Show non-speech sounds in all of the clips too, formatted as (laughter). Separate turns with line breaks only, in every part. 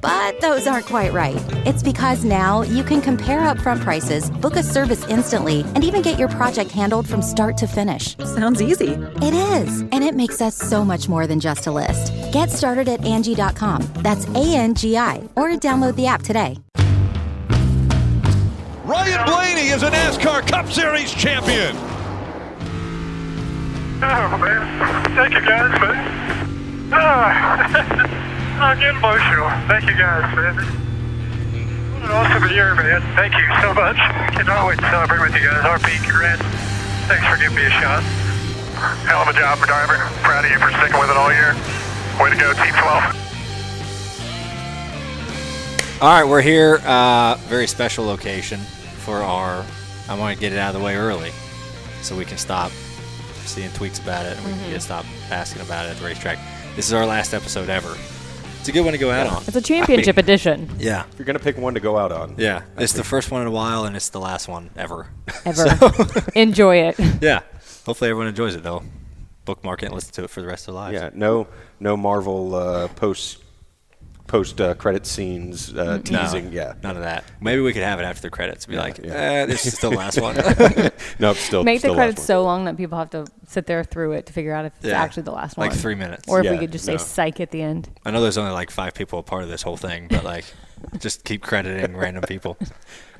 But those aren't quite right. It's because now you can compare upfront prices, book a service instantly, and even get your project handled from start to finish.
Sounds easy.
It is, and it makes us so much more than just a list. Get started at Angie.com. That's A N G I, or download the app today.
Ryan Blaney is a NASCAR Cup Series champion.
Oh man, thank you guys, man. Ah, (laughs) I'm getting emotional. Thank you guys, man. What an awesome year, man. Thank you so much. Cannot wait to celebrate with you guys. RP, congrats. Thanks for giving me a shot.
Hell of a job, driver. Proud of you for sticking with it all year. Way to go, Team 12.
All right, we're here. Uh, very special location for our. I want to get it out of the way early, so we can stop seeing tweets about it and we
Mm-hmm.
can get stop asking about it at the racetrack. This is our last episode ever. It's a good one to go out on.
It's a championship edition.
Yeah,
If you're going to pick one to go out on,
yeah. It's the first one in a while, and it's the last one ever.
(laughs) Ever.
(laughs) So,
Enjoy it.
yeah. Hopefully, everyone enjoys it. They'll bookmark it and listen to it for the rest of their lives.
yeah, no, (laughs) no Marvel uh, post post uh, credit scenes uh,
Mm-hmm.
No,
teasing. Yeah,
none of that. Maybe we could have it after the credits. Be like,
yeah.
eh, this is the
(laughs)
last one. (laughs)
no, it's still
Make
still
the
last
credits
one.
so long that people have to sit there through it to figure out if it's
Yeah.
actually the last one.
Like three minutes.
Or if we
Yeah,
could just
no.
say psych at the end.
I know there's only like five people a part of this whole thing, but like, (laughs) just keep crediting random people.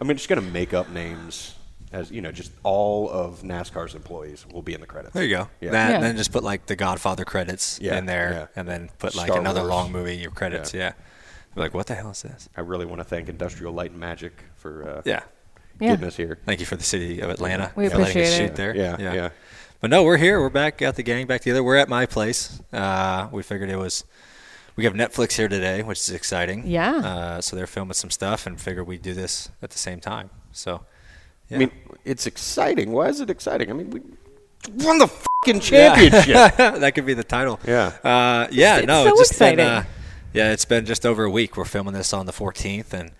I mean, just going to make up names as you know, just all of NASCAR's employees will be in the credits.
There you go.
Yeah.
That,
Yeah.
And then just put like the Godfather credits
Yeah,
in there,
yeah.
and then put like
Star
another
Wars.
long movie in your credits.
Yeah.
Yeah. Be like, what the hell is this?
I really want to thank Industrial Light and Magic for uh,
Yeah.
Yeah.
getting us here.
Thank you for the city of Atlanta.
We
for letting us
appreciate it.
shoot there.
Yeah, yeah.
But no, we're here. We're back. Got the gang back together. We're at my place. Uh, we figured it was. We have Netflix here today, which is exciting.
Yeah.
Uh, so they're filming some stuff, and figured we'd do this at the same time. So. Yeah.
I mean, it's exciting. Why is it exciting? I mean, we won the fucking championship.
(laughs) that could be the title.
Yeah.
Uh, yeah.
It's
no.
so
it's just Been,
exciting.
uh, yeah, it's been just over a week. We're filming this on the 14th, and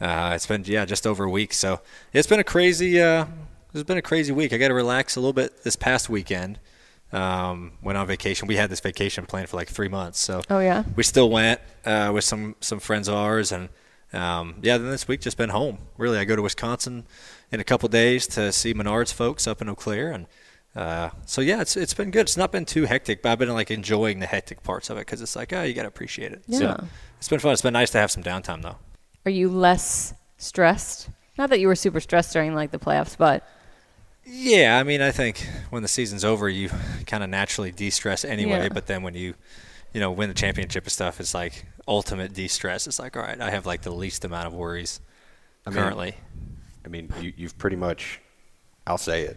uh, it's been yeah just over a week. So it's been a crazy. Uh, it's been a crazy week. I got to relax a little bit this past weekend. Um, went on vacation. We had this vacation planned for like three months. So
Oh, yeah?
we still went uh, with some some friends of ours, and um, yeah. Then this week just been home. Really, I go to Wisconsin in a couple days to see Menards folks up in Eau Claire, and uh, so yeah, it's it's been good. It's not been too hectic, but I've been like enjoying the hectic parts of it because it's like oh, you got to appreciate it.
Yeah.
So it's been fun. It's been nice to have some downtime though.
Are you less stressed? Not that you were super stressed during like the playoffs, but
Yeah, I mean, I think when the season's over, you kind of naturally de-stress anyway.
Yeah.
But then when you, you know, win the championship and stuff, it's like ultimate de-stress. It's like, all right, I have like the least amount of worries
mean-
currently.
I mean, you, you've pretty much, I'll say it,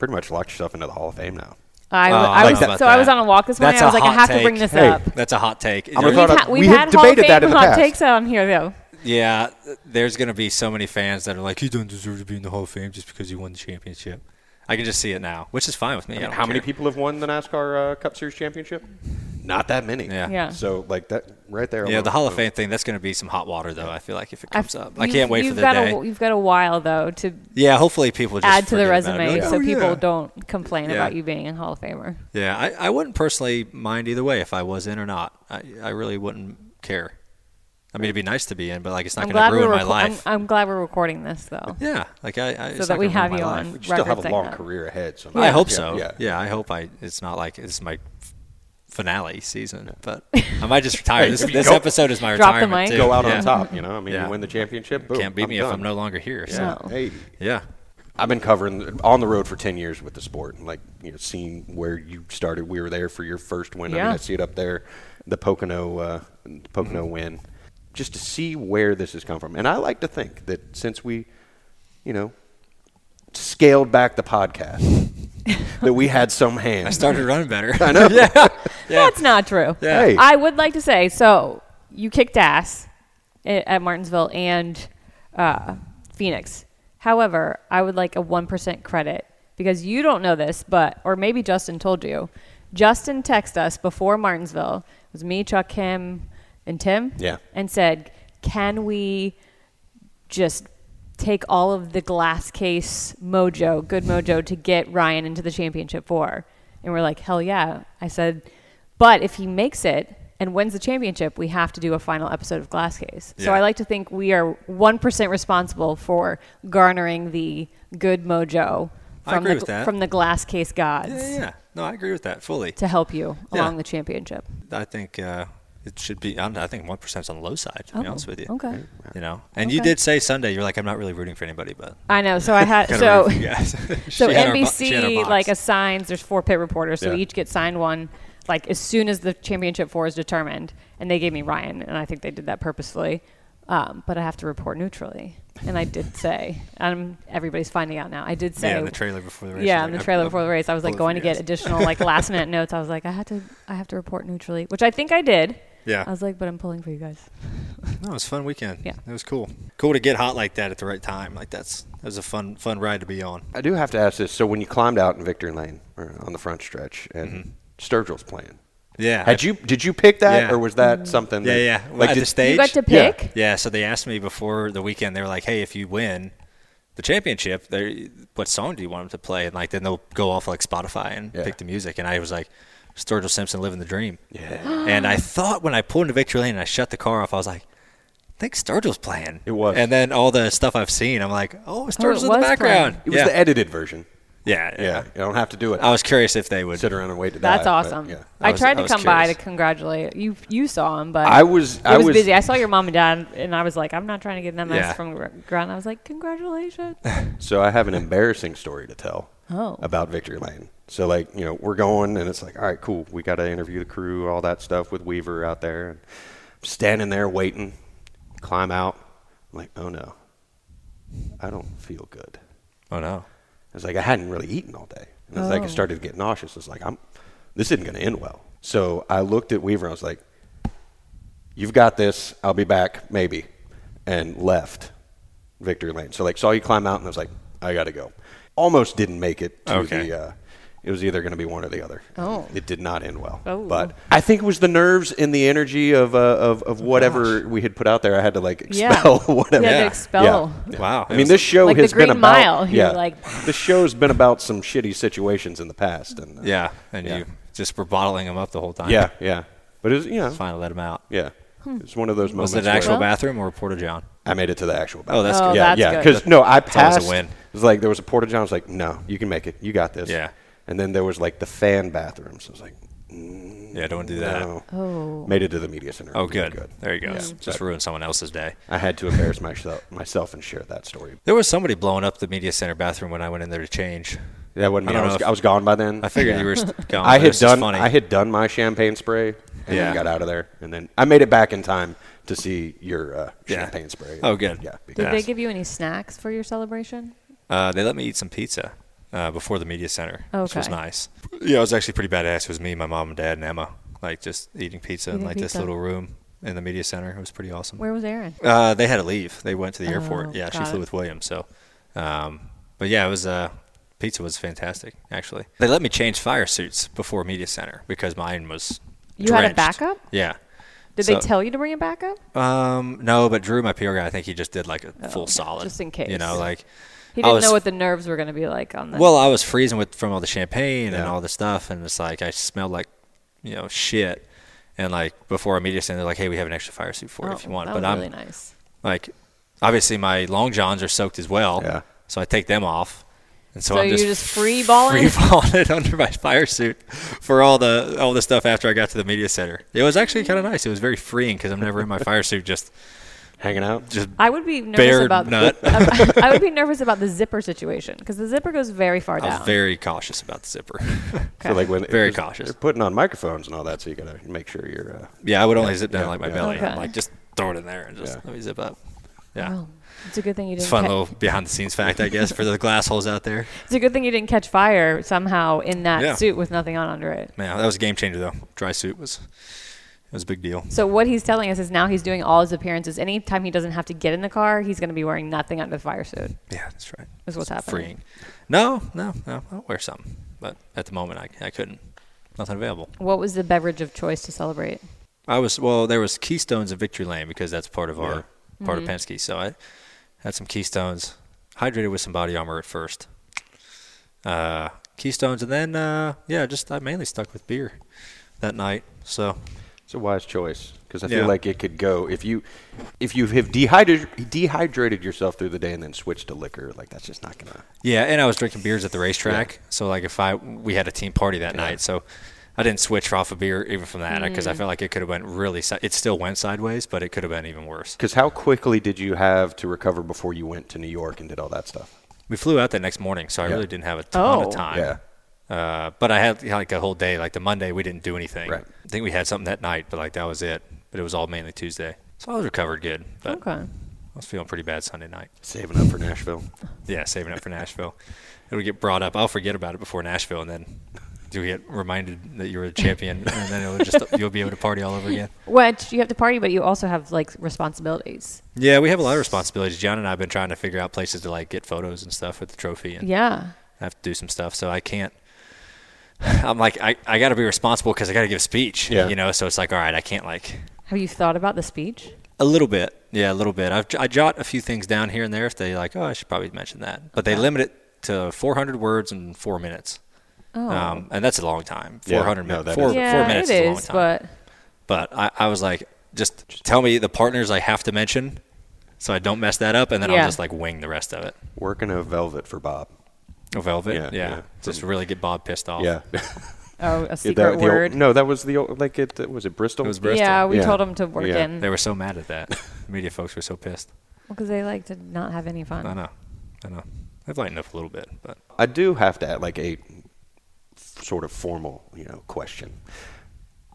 pretty much locked yourself into the Hall of Fame now.
I,
Oh,
w-
I
I
like
was
that.
so I was on a walk this morning.
That's
I was
a
like, I
hot
have to
take.
bring this
Hey.
up.
That's a hot take.
I'm a
We've,
thought of-
ha-
we
we've
had
had Hall of
debated that
Fame
in the
hot
past.
takes on here though.
yeah, there's gonna be so many fans that are like, he doesn't deserve to be in the Hall of Fame just because he won the championship. I can just see it now, which is fine with me. I
I mean,
don't
how many
care.
people have won the NASCAR uh, Cup Series championship? Not that many.
Yeah.
Yeah.
So like that right there.
Yeah,
alone.
the Hall of Fame thing. That's gonna be some hot water though. I feel like if it
I-
comes up, I
you've-
can't wait for
you've
the
got
day.
A, you've got a while though to
yeah, hopefully people just
add to the
forget about it. Be
resume,
like,
so
"Oh,
people
yeah."
don't complain
Yeah.
about you being a Hall of Famer.
Yeah, I, I wouldn't personally mind either way if I was in or not. I, I really wouldn't care. I mean, it'd be nice to be in, but like it's not
I'm
going
glad
to
we're
ruin my
reco- I'm,
life.
I'm glad we're recording this though.
(laughs) yeah, like I, I
that we have you on.
You still have a
record
long
that.
career ahead. So
I hope so.
Yeah.
Yeah, I hope I. It's not like it's my f- finale season, but I might just retire. this this
go-
episode is my
Drop the
retirement.
mic.
too.
Go out
Yeah.
on top. You know, I mean,
Yeah.
you win the championship. Boom,
Can't beat me if I'm
done.
no longer here. So.
No.
Hey,
yeah.
I've been covering on the road for ten years with the sport, and like you know, seeing where you started. We were there for your first win. I mean,
Yeah.
I see it up there, the Pocono, uh, the Pocono win, just to see where this has come from. And I like to think that since we, you know, scaled back the podcast, that we had some hand.
I started running better.
I know. yeah.
That's not true.
Yeah.
Hey.
I would like to say so. You kicked ass at, at Martinsville and uh, Phoenix. However, I would like a one percent credit because you don't know this, but or maybe Justin told you. Justin texted us before Martinsville. It was me, Chuck, him, and Tim.
Yeah.
And said, "Can we just take all of the glass case mojo, good mojo, to get Ryan into the championship four. And we're like, hell yeah. I said, but if he makes it and wins the championship, we have to do a final episode of Glass Case. So
Yeah.
I like to think we are 1% responsible for garnering the good mojo
I
from,
agree
the,
with that.
from the glass case gods
Yeah, yeah, yeah. No, I agree with that fully.
to help you
Yeah.
along the championship.
I think uh, it should be. I'm, I think one percent is on the low side. To be
Oh,
honest with you.
okay.
You know, and you
Okay.
did say Sunday. You're like, I'm not really rooting for anybody, but
I know. So
(laughs)
I had
kinda
so
rooting for you guys.
so
She had her bo- she had her
NBC
box.
like assigns there's four pit reporters, so
Yeah.
we each get signed one. Like as soon as the championship four is determined, and they gave me Ryan, and I think they did that purposefully. Um, but I have to report neutrally, and I did say, um, everybody's finding out now. I did say
Yeah, in the trailer before the race.
Yeah,
you're
in
like,
the
I-
trailer
I-
before the race, I was like
pulling
going
for
to
you
get
guys.
additional
(laughs)
like last minute notes. I was like, I had to, I have to report neutrally, which I think I did.
Yeah.
I was like, but I'm pulling for you guys.
No, it was a fun weekend.
Yeah.
it was cool. Cool to get hot like that at the right time. Like that's that was a fun fun ride to be on.
I do have to ask this. So when you climbed out in Victory Lane or on the front stretch and Sturgill's playing,
Mm-hmm. Yeah.
had you did you pick that
Yeah.
or was that something?
Yeah,
that,
yeah.
Like
at
did,
the stage.
You got to
Yeah.
pick.
Yeah, so they asked me before the weekend. They were like, "Hey, if you win the championship, they- what song do you want them to play?" And like, then they'll go off like Spotify and
Yeah.
pick the music. And I was like, "Sturgill Simpson, living the dream."
Yeah.
and I thought when I pulled into Victory Lane and I shut the car off, I was like, "I think Sturgill's playing."
It was.
And then all the stuff I've seen, I'm like, "Oh, Sturgill's in
was
the background."
It was
yeah.
the edited version.
yeah,
Yeah, you don't have to do it.
I was curious if they would.
sit around and wait to die.
That's
but
awesome.
yeah.
I,
I was-
tried
I
to
was
come by
curious.
to congratulate you. You saw him, but
I was-
it
I
was,
was-
busy. I saw your mom and dad, and I was like, I'm not trying to get them
Yeah.
yeah. from gr- ground. I was like,
(laughs)
congratulations.
So I have an embarrassing story to tell
Oh.
about Victory Lane. So like you know we're going and it's like all right cool we got to interview the crew all that stuff with Weaver out there and I'm standing there waiting climb out I'm like oh no I don't feel good
Oh no.
I was like, I hadn't really eaten all day. And I was
Oh.
like, I started to get nauseous. I was like, I'm, this isn't going to end well. So I looked at Weaver. I was like, you've got this. I'll be back, maybe. And left Victory Lane. So like saw you climb out and I was like, I got to go. Almost didn't make it to
Okay.
the, uh, it was either going to be one or the other.
Oh.
It did not end well.
Oh.
But I think it was the nerves and the energy of, uh, of, of whatever we had put out there. I had to like
Oh, Yeah.
(laughs) expel whatever.
You had to
Yeah.
expel.
Wow.
I mean, this show
Like the
has been
Green
about
Mile. You're
yeah.
like-
this show's been about some shitty situations in the past, and uh,
Yeah, and
Yeah.
you just were bottling them up the whole time.
yeah, yeah. But it was, you know,
Finally let them out.
yeah.
Hmm.
It's one of those moments.
Was it an actual
where
bathroom or a porta john?
I made it to the actual.
Oh, that's
Oh,
good.
yeah,
that's
yeah.
good.
Because no, I
always a
passed.
win.
It was like there was a porta john. I was like, no, you can make it. You got this.
Yeah.
And then there was like the fan bathrooms. I was like,
Yeah, don't do that.
no.
Oh.
Made it to the media center.
Oh, good.
good.
There you go.
Yeah.
Just ruin someone else's day.
I had to embarrass myself myself and share that story.
There was somebody blowing up the media center bathroom when I went in there to change.
That wasn't
I
me. I,
don't know
was,
if-
I was gone by then.
I figured
Yeah. (laughs)
you were st- gone.
I
Oh, but
had
it's just
done.
Funny.
I had done my champagne spray, and
Yeah.
then got out of there, and then I made it back in time to see your uh,
Yeah.
champagne spray.
Oh, good.
Yeah.
Did
because-
they give you any snacks for your celebration?
Uh, they let me eat some pizza uh, before the media center, which was
Okay.
nice. Yeah, it was actually pretty badass. It was me, my mom, and dad, and Emma, like just eating pizza in
Eating
like this
pizza.
little room in the media center. It was pretty awesome.
Where was Aaron?
Uh, they had to leave. They went to the airport.
Oh,
Yeah, she
got
flew
it.
with Williams. So, um, but yeah, it was uh, pizza was fantastic. Actually, they let me change fire suits before media center because mine was.
You had a
drenched.
backup?
Yeah.
Did they
So-
tell you to bring it back up?
Um, no, but Drew, my PR guy, I think he just did like a full solid,
Oh, just in case.
You know,
(laughs)
like
He
I
didn't
was-
know what the nerves were going to be like on that.
Well, I was freezing with from all the champagne and
Yeah.
all the stuff, and it's like I smelled like, you know, shit. And like before our media center, they're like, "Hey, we have an extra fire suit for
oh,
it if you want."
That
but
was
I'm
really nice.
like, obviously my long johns are soaked as well,
Yeah.
so I take them off, and so,
So
I'm
you're
just
just free balling?
(laughs) free balling it (laughs) under my fire suit for all the all the stuff after I got to the media center. It was actually kind of nice. It was very freeing because I'm never in my fire suit, just
hanging out.
just
I would be nervous
bare
about
nut. (laughs)
I would be nervous (laughs) about the zipper situation because the zipper goes very far
I
down.
was very cautious about the zipper. (laughs)
So like when
Very
'cause
cautious.
They're putting on microphones and all that, so you gotta make sure you're. Uh,
yeah, I would only zip down like my
yeah.
belly.
Okay.
Like just throw it in there and just
Yeah.
let me zip up. Yeah.
Oh, it's a good thing you didn't.
It's a fun
ca-
little behind the scenes fact, I guess, for the glass holes out there.
It's a good thing you didn't catch fire somehow in that
Yeah.
suit with nothing on under it.
Man, that was a game changer though. Dry suit was it was a big deal.
So what he's telling us is now he's doing all his appearances. Anytime he doesn't have to get in the car, he's going to be wearing nothing under the fire suit.
Yeah, that's right.
Is what's happening.
Freeing. No, no, no. I'll wear something, but at the moment I, I couldn't. Nothing available.
What was the beverage of choice to celebrate? Mm-hmm.
I was well. There was Keystones and Victory Lane because that's part of our part of Penske. So I Had some Keystones. Hydrated with some body armor at first. Uh, Keystones, and then uh, yeah, just I mainly stuck with beer that night. So
It's a wise choice because I
Yeah.
feel like it could go if you if you have dehydrated dehydrated yourself through the day and then switch to liquor. Like that's just not gonna.
Yeah, and I was drinking beers at the racetrack. So like if I we had a team party that night, so I didn't switch off a beer even from that because
Mm.
I felt like it could have went really. si- It still went sideways, but it could have been even worse.
Because how quickly did you have to recover before you went to New York and did all that stuff?
We flew out that next morning, so I
Yeah.
really didn't have a ton
Oh.
of time.
Yeah.
Uh, but I had you know, like a whole day. Like the Monday, we didn't do anything.
Right.
I think we had something that night, but like that was it. But it was all mainly Tuesday, so I was recovered good. But
Okay.
I was feeling pretty bad Sunday night.
Saving up for Nashville.
Yeah, saving up for Nashville. It'll get brought up. I'll forget about it before Nashville, and then you get reminded that you were a champion, and then it'll just (laughs) you'll be able to party all over again.
Which you have to party, but you also have like responsibilities.
Yeah, we have a lot of responsibilities. John and I have been trying to figure out places to like get photos and stuff with the trophy, and
Yeah.
I have to do some stuff. So I can't. I'm like I, I got to be responsible because I got to give a speech.
Yeah.
you know. So it's like all right, I can't like
Have you thought about the speech?
A little bit, yeah, a little bit. I've, I jot a few things down here and there if they like. Oh, I should probably mention that. But they limit it to 400 words in four minutes. Oh. Um, and that's a long time.
Yeah,
400
no, that
minutes. Four,
is-
yeah,
four minutes
it
is, a long
is,
time.
but
But, I, I was like, just tell me the partners I have to mention, so I don't mess that up, and then
Yeah.
I'll just like wing the rest of it.
Working a velvet for Bob.
Oh, Velvet,
Yeah,
yeah,
yeah.
just really get Bob pissed off.
Yeah.
oh, (laughs)
(laughs)
a
That-
secret
the old-
word.
no, that was the old, like it was it Bristol.
It was Bristol.
Yeah, we
Yeah.
told him to work
Yeah.
in
they were so mad at that.
(laughs)
Media folks were so pissed.
because they like to not have any fun.
I know, I know. I've lightened up a little bit, but
I do have to add like a sort of formal, you know, question.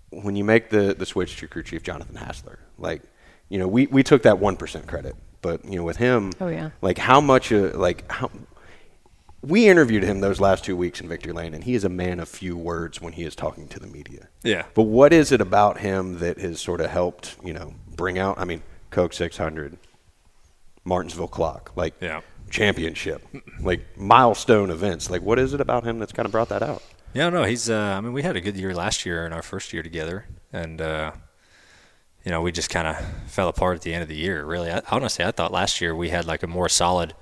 When you make the the switch to your crew chief Jonathan Hassler, like, you know, we we took that one percent credit, but you know, with him,
Oh, yeah.
like how much, uh, like how. We interviewed him those last two weeks in Victory Lane, and he is a man of few words when he is talking to the media.
Yeah.
But what is it about him that has sort of helped, you know, bring out? I mean, Coke 600, Martinsville Clock, like
Yeah.
championship, like milestone events. Like, what is it about him that's kind of brought that out?
Yeah, no, he's. Uh, I mean, we had a good year last year in our first year together, and uh, you know, we just kind of fell apart at the end of the year. Really, I, honestly, I thought last year we had like a more solid,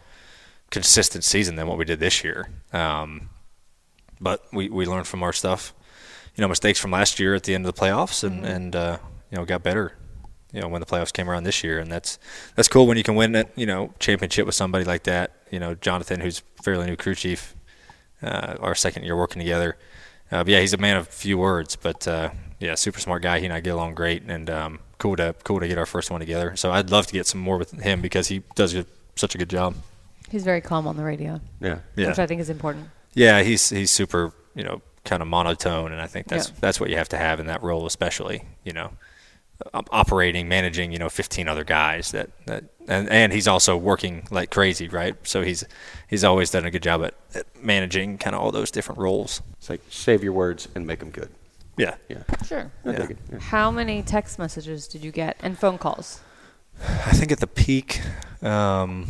consistent season than what we did this year. Um, but we we learned from our stuff, you know, mistakes from last year at the end of the playoffs, and and uh, you know, got better. You know, when the playoffs came around this year, and that's that's cool when you can win that you know championship with somebody like that. You know, Jonathan, who's fairly new crew chief, uh, our second year working together. Uh, but yeah, he's a man of few words, but uh, yeah, super smart guy. He and I get along great, and um, cool to cool to get our first one together. So I'd love to get some more with him because he does a- such a good job.
He's very calm on the radio,
Yeah.
Yeah,
which I think is important.
yeah, he's he's super, you know, kind of monotone, and I think that's
Yeah.
that's what you have to have in that role, especially, you know, op- operating, managing, you know, 15 other guys that that and and he's also working like crazy, right? So he's he's always done a good job at, at managing kind of all those different roles.
It's like, save your words and make them good.
Yeah.
Yeah.
Sure.
Yeah.
How many text messages did you get and phone calls?
I think at the peak, um,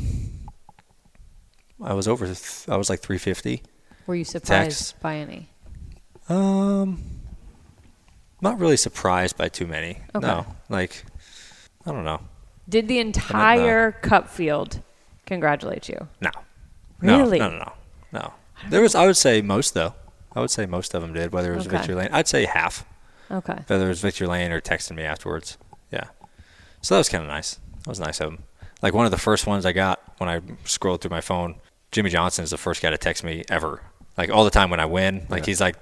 I was over. Th- I was like 350.
Were you surprised
Texts.
by any?
Um, not really surprised by too many.
Okay.
No, like I don't know.
Did the entire cup field congratulate you?
No. No,
Really?
No, no, no, no. There was. I would say most though. I would say most of them did. Whether it was
Okay.
Victory Lane, I'd say half.
Okay.
Whether it was Victory Lane or texting me afterwards. Yeah. So that was kind of nice. That was nice of him. Like one of the first ones I got when I scrolled through my phone, Jimmy Johnson is the first guy to text me ever. Like all the time when I win, like he's like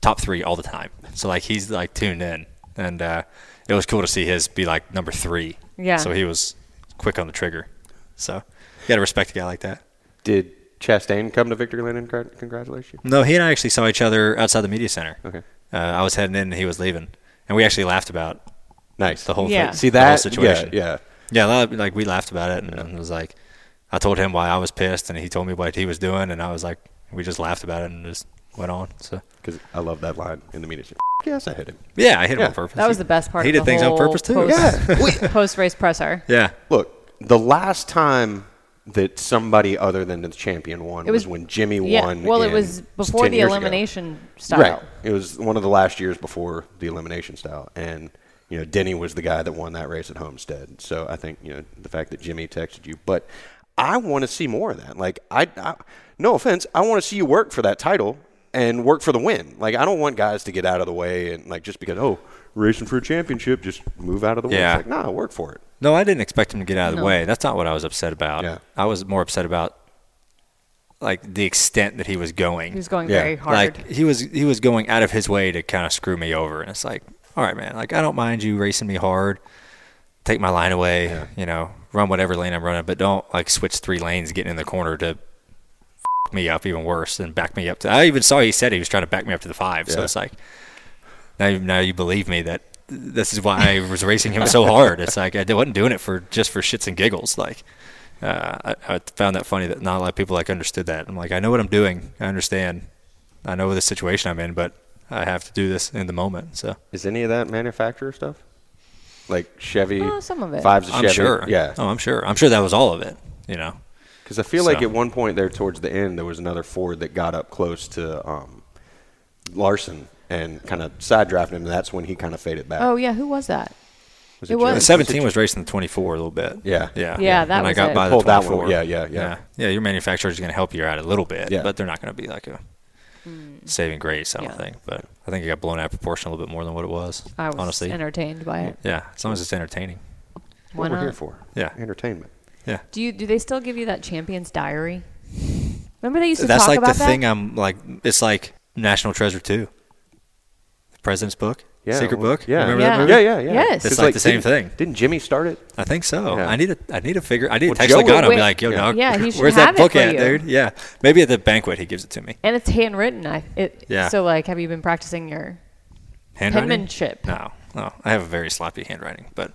top three all the time. So like he's like tuned in, and uh, it was cool to see his be like number three.
Yeah.
So he was quick on the trigger. So you gotta respect a guy like that.
Did Chastain come to Victory Lane and congrat- congratulate you?
No, he and I actually saw each other outside the media center.
Okay.
Uh, I was heading in, and he was leaving, and we actually laughed about
Nice.
the whole
Yeah.
thing.
See
the whole
that?
situation.
Yeah. Yeah.
Yeah, a lot of- like we laughed about it, and it was like, I told him why I was pissed, and he told me what he was doing, and I was like, we just laughed about it and just went on. So
Because I love that line in the media. F- Yes, I hit him.
yeah, I hit him
Yeah.
on purpose.
That was the best part.
He
of
did
the
things on
whole
purpose too.
Post,
(laughs)
Yeah.
(laughs)
We-
race presser.
yeah,
Look, the last time that somebody other than the champion won
It
was,
was-
when Jimmy
Yeah.
won.
Well, it
in
was before
10
the
years ago.
elimination style.
Right. It was one of the last years before the elimination style, and you know Denny was the guy that won that race at Homestead. So I think you know the fact that Jimmy texted you, but I want to see more of that. Like I, I no offense, I want to see you work for that title and work for the win. Like I don't want guys to get out of the way and like just because oh racing for a championship, just move out of the way.
Yeah.
It's like nah, work for it.
No, I didn't expect him to get out of the
No.
way. That's not what I was upset about.
Yeah.
I was more upset about like the extent that he was going.
He was going
Yeah,
very hard.
Like he was he was going out of his way to kind of screw me over, and it's like, all right, man, like I don't mind you racing me hard, take my line away, you know, run whatever lane I'm running, but don't like switch three lanes, getting in the corner to f- me up even worse and back me up to. I even saw he said he was trying to back me up to the five, so
Yeah.
it's like now you, now you believe me that this is why I was racing him so hard. It's like I wasn't doing it for just for shits and giggles, like. Uh, I, I found that funny that not a lot of people like understood that. I'm like, I know what I'm doing. I understand. I know the situation I'm in, but I have to do this in the moment. So
Is any of that manufacturer stuff? Like Chevy,
Oh, some of it.
Fives of
I'm
Chevy,
sure.
yeah.
Oh, I'm sure. I'm sure that was all of it. You know.
Because I feel
So-
like at one point there, towards the end, there was another Ford that got up close to um, Larson and kind of side drafted him. And that's when he kind of faded back.
oh yeah, who was that?
was
it
Joey?
was-
The 17 was racing the 24 a little bit.
Yeah.
Yeah.
Yeah, that
when I
was
got
it.
by
Pulled
the
that
24.
one. Yeah, yeah, yeah.
yeah. Yeah, Your manufacturer's going to help you out a little bit,
Yeah.
but they're not going to be like a saving grace. I don't
Mm. Yeah.
think. But I think it got blown out of proportion a little bit more than what it was.
I was
honestly.
entertained by it.
yeah. As long as it's entertaining.
Why
what we're
not?
here for.
Yeah.
Entertainment.
Yeah.
Do you do they still give you that champion's diary? Remember they used to
That's
talk
like
about
the
that.
thing I'm like. It's like National Treasure Two, the President's Book,
Yeah.
Secret
well,
Book.
Yeah.
Remember
Yeah.
that movie?
yeah, yeah, yeah.
Yes. It's
like the same
didn't-
thing.
Didn't Jimmy start it?
I think so.
Yeah.
I need to. I need to figure. I need to
Well,
text
Joey-
Legato and be
Wait.
like, "Yo,
Yeah.
dog, (laughs)
Yeah, he should
where's that
have it
book
for
at,
you.
dude? Yeah, maybe at the banquet he gives it to me.
and it's handwritten. I it,
Yeah.
So like, have you been practicing your?
Handwriting?
Penmanship.
No, no, I have a very sloppy handwriting, but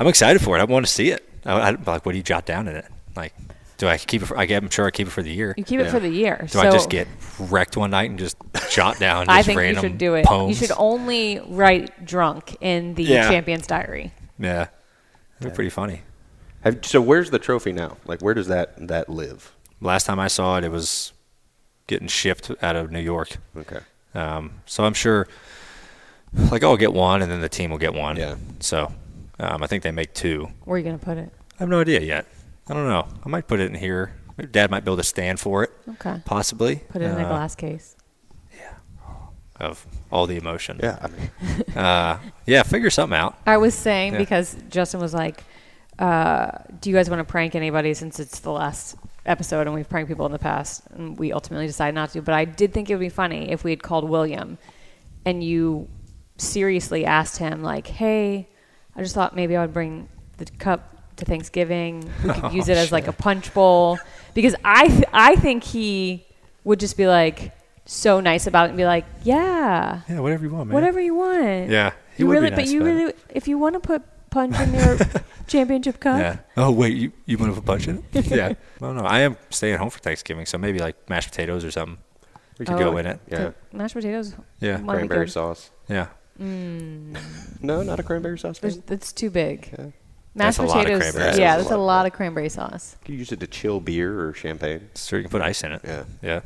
I'm excited for it. I want to see it. I, I, like, what do you jot down in it? Like, do I keep it? For, I, I'm sure I keep it for the year.
You keep it for the year.
do I just get wrecked one night and just jot
(laughs)
down? Just
I think you
random
should do it.
Poems?
You should only write drunk in the
Yeah.
champion's diary.
Yeah, they're pretty funny.
Have, so where's the trophy now? Like, where does that, that live?
Last time I saw it, it was getting shipped out of New York.
Okay.
Um, so I'm sure, like, I'll get one, and then the team will get one.
Yeah.
So um, I think they make two.
Where are you gonna put it?
I have no idea yet. I don't know. I might put it in here. Maybe Dad might build a stand for it,
Okay.
possibly.
Put it in a
uh,
glass case.
of all the emotion.
Yeah. I mean,
Yeah. Figure something out.
I was saying
Yeah.
because Justin was like, uh, "Do you guys want to prank anybody since it's the last episode and we've pranked people in the past?" And we ultimately decided not to. But I did think it would be funny if we had called William, and you seriously asked him like, "Hey, I just thought maybe I would bring the cup to Thanksgiving. We could use it as like a punch bowl because I th- I think he would just be like." So nice about it and be like, yeah,
Yeah. Whatever you want, man.
whatever you want.
Yeah, he
you
would be
really, but
nice
you
about
really, if you want to put punch
(laughs)
in your championship cup,
Yeah. Oh wait, you you want to put punch in it? (laughs) yeah. I don't know. I am staying home for Thanksgiving, so maybe like mashed potatoes or something.
we
could go in it.
Yeah.
Oh, mashed potatoes.
Yeah.
might be
Cranberry
good.
sauce.
Yeah.
No, not a cranberry sauce.
There's,
Man.
that's too big.
That's
Mashed
a lot of
potatoes.
cranberry
sauce.
yeah,
That's
that's
a
a
lot.
lot of cranberry sauce.
You could use it to chill beer or champagne.
So you can put ice in it.
Yeah.
Yeah.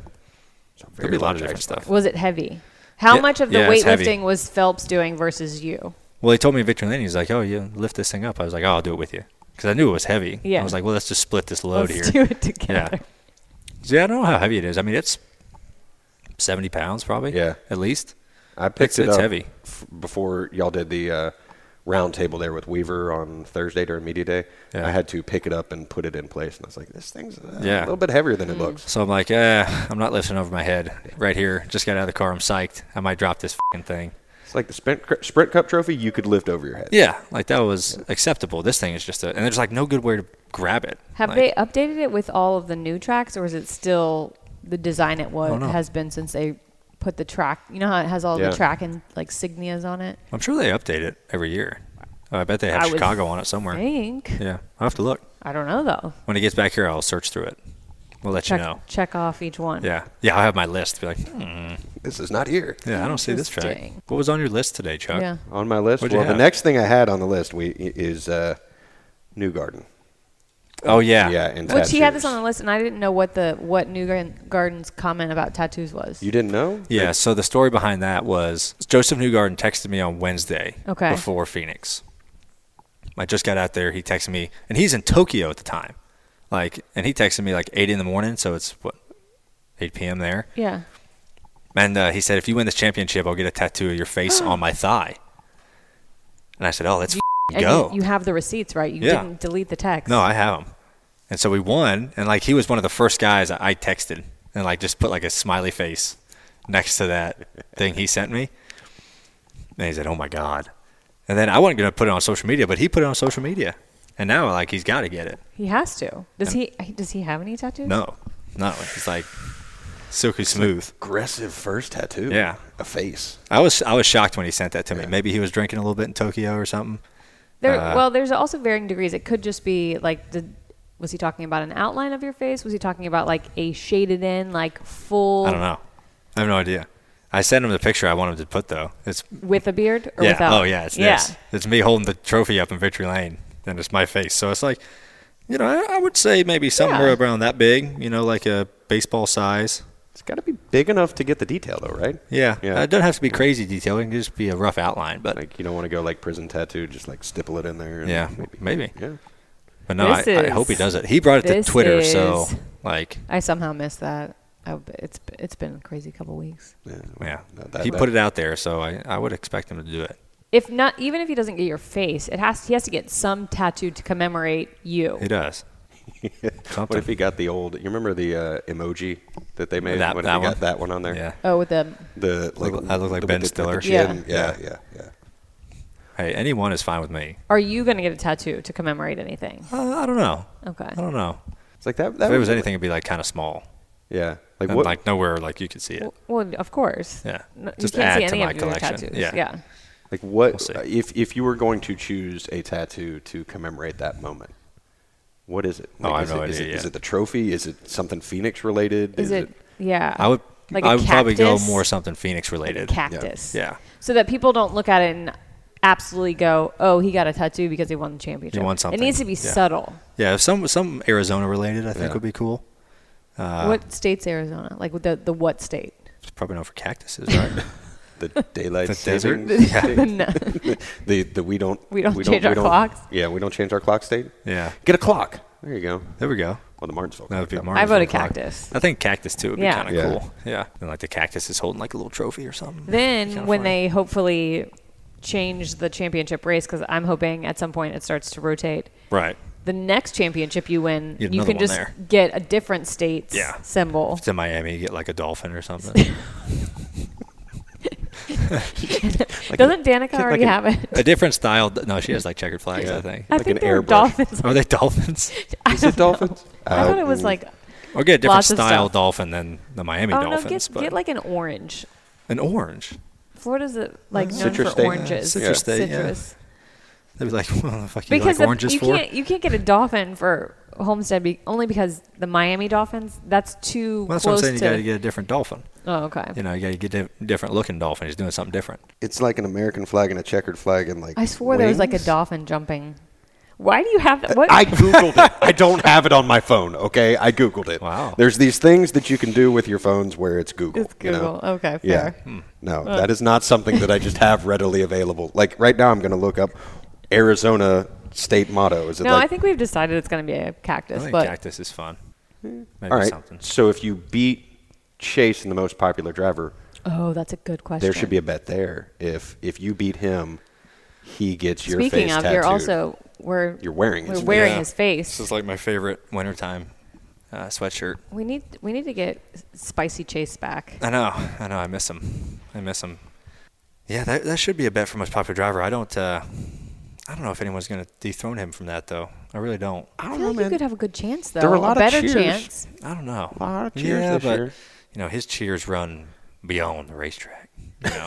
There'll
Very
be a lot
large
of different
ice.
stuff.
Was it heavy? How
Yeah,
much of the
yeah, it's heavy.
weightlifting was Phelps doing versus you?
Well, he told me Victor Lane. He's like, "Oh, you lift this thing up." I was like, "Oh, I'll do it with you," because I knew it was heavy. I
Yeah.
was like, "Well, let's just split this load
Let's
here."
do it together.
Yeah. See, I don't know how heavy it is. I mean, it's seventy pounds probably.
Yeah.
At least.
I picked
It's-
it
it's
up
heavy.
f- before y'all did the uh, round table there with Weaver on Thursday during media day.
Yeah.
I had to pick it up and put it in place, and I was like, "This thing's uh, a
Yeah.
little bit heavier than it
Hmm.
looks."
So I'm like, eh, I'm not lifting over my head right here. Just got out of the car. I'm psyched. I might drop this fing thing.
It's like the sprint, cr- sprint cup trophy; you could lift over your head.
Yeah, like that was acceptable. This thing is just a, and there's like no good way to grab it.
Have
Like,
they updated it with all of the new tracks, or is it still the design it was
know.
has been since they put the track? You know how it has all
Yeah.
the track and like signias on it.
I'm sure they update it every year. Oh, I bet they have
I would
Chicago on it somewhere.
Think
Yeah, I'll have to look
I don't know though.
when it gets back here. I'll search through it. We'll let
Check
you know.
check off each one.
Yeah, yeah. I'll have my list. Be like, hmm,
This is not here.
yeah, I don't see this track.
Interesting.
What was on your list today, Chuck?
Yeah.
On my list,
What'd you
well, the
have?
next thing I had on the list we, i- is uh, New Garden.
Oh yeah.
Yeah, and
Which he had this
tattoos.
on the list, and I didn't know what the what New Gar- Garden's comment about tattoos was.
You didn't know?
Yeah, so the story behind that was Joseph Newgarden texted me on Wednesday
Okay.
before Phoenix. I just got out there. He texted me, and he's in Tokyo at the time. Like, and he texted me like eight in the morning, so it's what eight p.m. there.
Yeah.
And uh, he said, if you win this championship, I'll get a tattoo of your face on my thigh. And I said, oh, let's f***ing
And
go.
You, you have the receipts, right? You
Yeah.
didn't delete the text.
No, I have him. And so we won, and like he was one of the first guys I I texted, and like just put like a smiley face next to that thing he sent me. And he said, "Oh my god!" And then I wasn't gonna put it on social media, but he put it on social media, and now like he's got to get it.
He has to. Does he? Does he have any tattoos?
No, no, it's like silky smooth.
Aggressive first tattoo.
Yeah.
A face.
I was I was shocked when he sent that to me. Maybe he was drinking a little bit in Tokyo or something.
There,
Uh,
well, there's also varying degrees. It could just be like the. Was he talking about an outline of your face? Was he talking about like a shaded in, like full
I don't know. I have no idea. I sent him the picture I want him to put though. It's
with a beard or
yeah.
without?
Oh yeah, it's this. It's me holding the trophy up in victory lane, and it's my face. So it's like, you know, I, I would say maybe somewhere
Yeah.
around that big. You know, like a baseball size.
It's got to be big enough to get the detail, though, right?
Yeah.
Yeah.
Uh, it doesn't have to be crazy detail. It can just be a rough outline. But
Like you don't want to go like prison tattoo, just like stipple it in there. and
Yeah, maybe.
Yeah.
but no, I,
This
I hope he does it. He brought it to
this
Twitter, so
is-
like,
I somehow missed that. I, it's it's been a crazy couple weeks.
yeah,
No, that-
he
that-
put it out there, so I, I would expect him to do it.
If not, even if he doesn't get your face, it has he has to get some tattoo to commemorate you.
He does.
What if he got the old? You remember the uh, emoji that they made?
That-
what
that
if he
one?
got that one on there?
Yeah.
Oh, with the
The like
Look- I look like
the-
Ben
with the- with
Stiller.
the chin.
Yeah.
Yeah. Yeah. Yeah.
Hey, anyone is fine with me.
are you going to get a tattoo to commemorate anything?
Uh, I don't know.
Okay.
I don't know.
It's like that. that
if it was
would-
anything, it'd be like kind of small.
Yeah. Like
And,
what?
like nowhere like you could see it.
Well, of course.
Yeah.
No,
Just
you can't see
add to
any
my
of
collection.
your tattoos.
Yeah.
yeah.
Like what? uh,
We'll see.
if if you were going to choose a tattoo to commemorate that moment, what is it?
Oh, I
is
have no
it, is
idea,
it-
yeah.
is it the trophy? Is it something Phoenix related?
Is it? Yeah.
I would
Like
I
a
would probably go
cactus?
more something Phoenix
a
related.
cactus.
Yeah.
So that people don't look at it and absolutely go, "Oh, he got a tattoo because he won the championship."
He won something.
It needs to be
Yeah.
subtle.
Yeah, if some some Arizona related I think
Yeah.
would be cool. Uh,
what state's Arizona? Like with the the what state?
It's probably known for cactuses, (laughs) right?
the daylight
The
saving? (laughs)
desert?
(laughs)
the the we don't
We don't change our clocks?
Yeah, we don't change our clock state.
yeah.
Get a clock. There you go.
There we go.
Well, the Martinsville.
That would be
clock.
Martin's
voted
little clock.
cactus.
I think cactus too would be
Yeah.
kind of
Yeah.
cool. Yeah. And like the cactus is holding like a little trophy or something.
Then when they hopefully change the championship race, because I'm hoping at some point it starts to rotate.
Right.
The next championship you win,
Get
you
another
can
one
just
there.
get a different state's
Yeah.
symbol.
To Miami, you get like a dolphin or
(laughs)
something.
Doesn't
like
Danica already
a-
(laughs)
have it?
a different style. No, she has like checkered flags,
Yeah.
I think.
I
like
think
an
they're
airbrush.
dolphins.
Are they
(laughs)
dolphins? (laughs)
I
Is
don't
it dolphins?
know. I thought it
Um,
was like
Or Oh, get a different
Lots of
style
stuff.
dolphin than the Miami
oh no,
Dolphins.
get,
but
get like an orange.
an orange.
Florida's uh, like known
Citrus
for
state.
oranges,
Mm. Citrus state, yeah.
citrus.
They'd be like, (laughs) well, the fuck you
Because
like oranges
the, you
for?
can't you can't get a dolphin for Homestead be, only because the Miami Dolphins. That's too
Well, that's what I'm
close
saying. You
to.
got to get a different dolphin.
oh, okay.
You know, you got to get a di- different looking dolphin. He's doing something different.
It's like an American flag and a checkered flag and like.
I swore there was like a
wings? Uh,
dolphin jumping. Why do you have that? What?
I googled it. I don't have it on my phone. Okay, I googled it.
Wow.
There's these things that you can do with your phones where it's Google.
It's
you know?
Google. Okay,
Yeah.
fair.
Hmm.
No, that is not something that I just have readily available. Like right now, I'm going to look up Arizona state motto. Is it
no,
like
I think we've decided it's going to be a
I
cactus.
think
But
cactus is fun. Maybe
all right?
something.
So if you beat Chase in the most popular driver,
oh, that's a good question.
there should be a bet there. If if you beat him, he gets your
Speaking
face
of,
tattooed.
you're also we're
You're wearing
we're
his face.
wearing
Yeah.
his face.
This is like my favorite wintertime uh, sweatshirt.
we need we need to get spicy chase back.
I know. I know. I miss him. I miss him. Yeah, that, that should be a bet for most popular driver. I don't. Uh, I don't know if anyone's going to dethrone him from that though. I really don't.
I
I
don't
feel
know,
like
man.
you could have a good chance though.
There were a lot of
better
cheers.
chance.
I don't know.
A lot of cheers
yeah,
this
but
year.
you know his cheers run beyond the racetrack.
(laughs)
You know,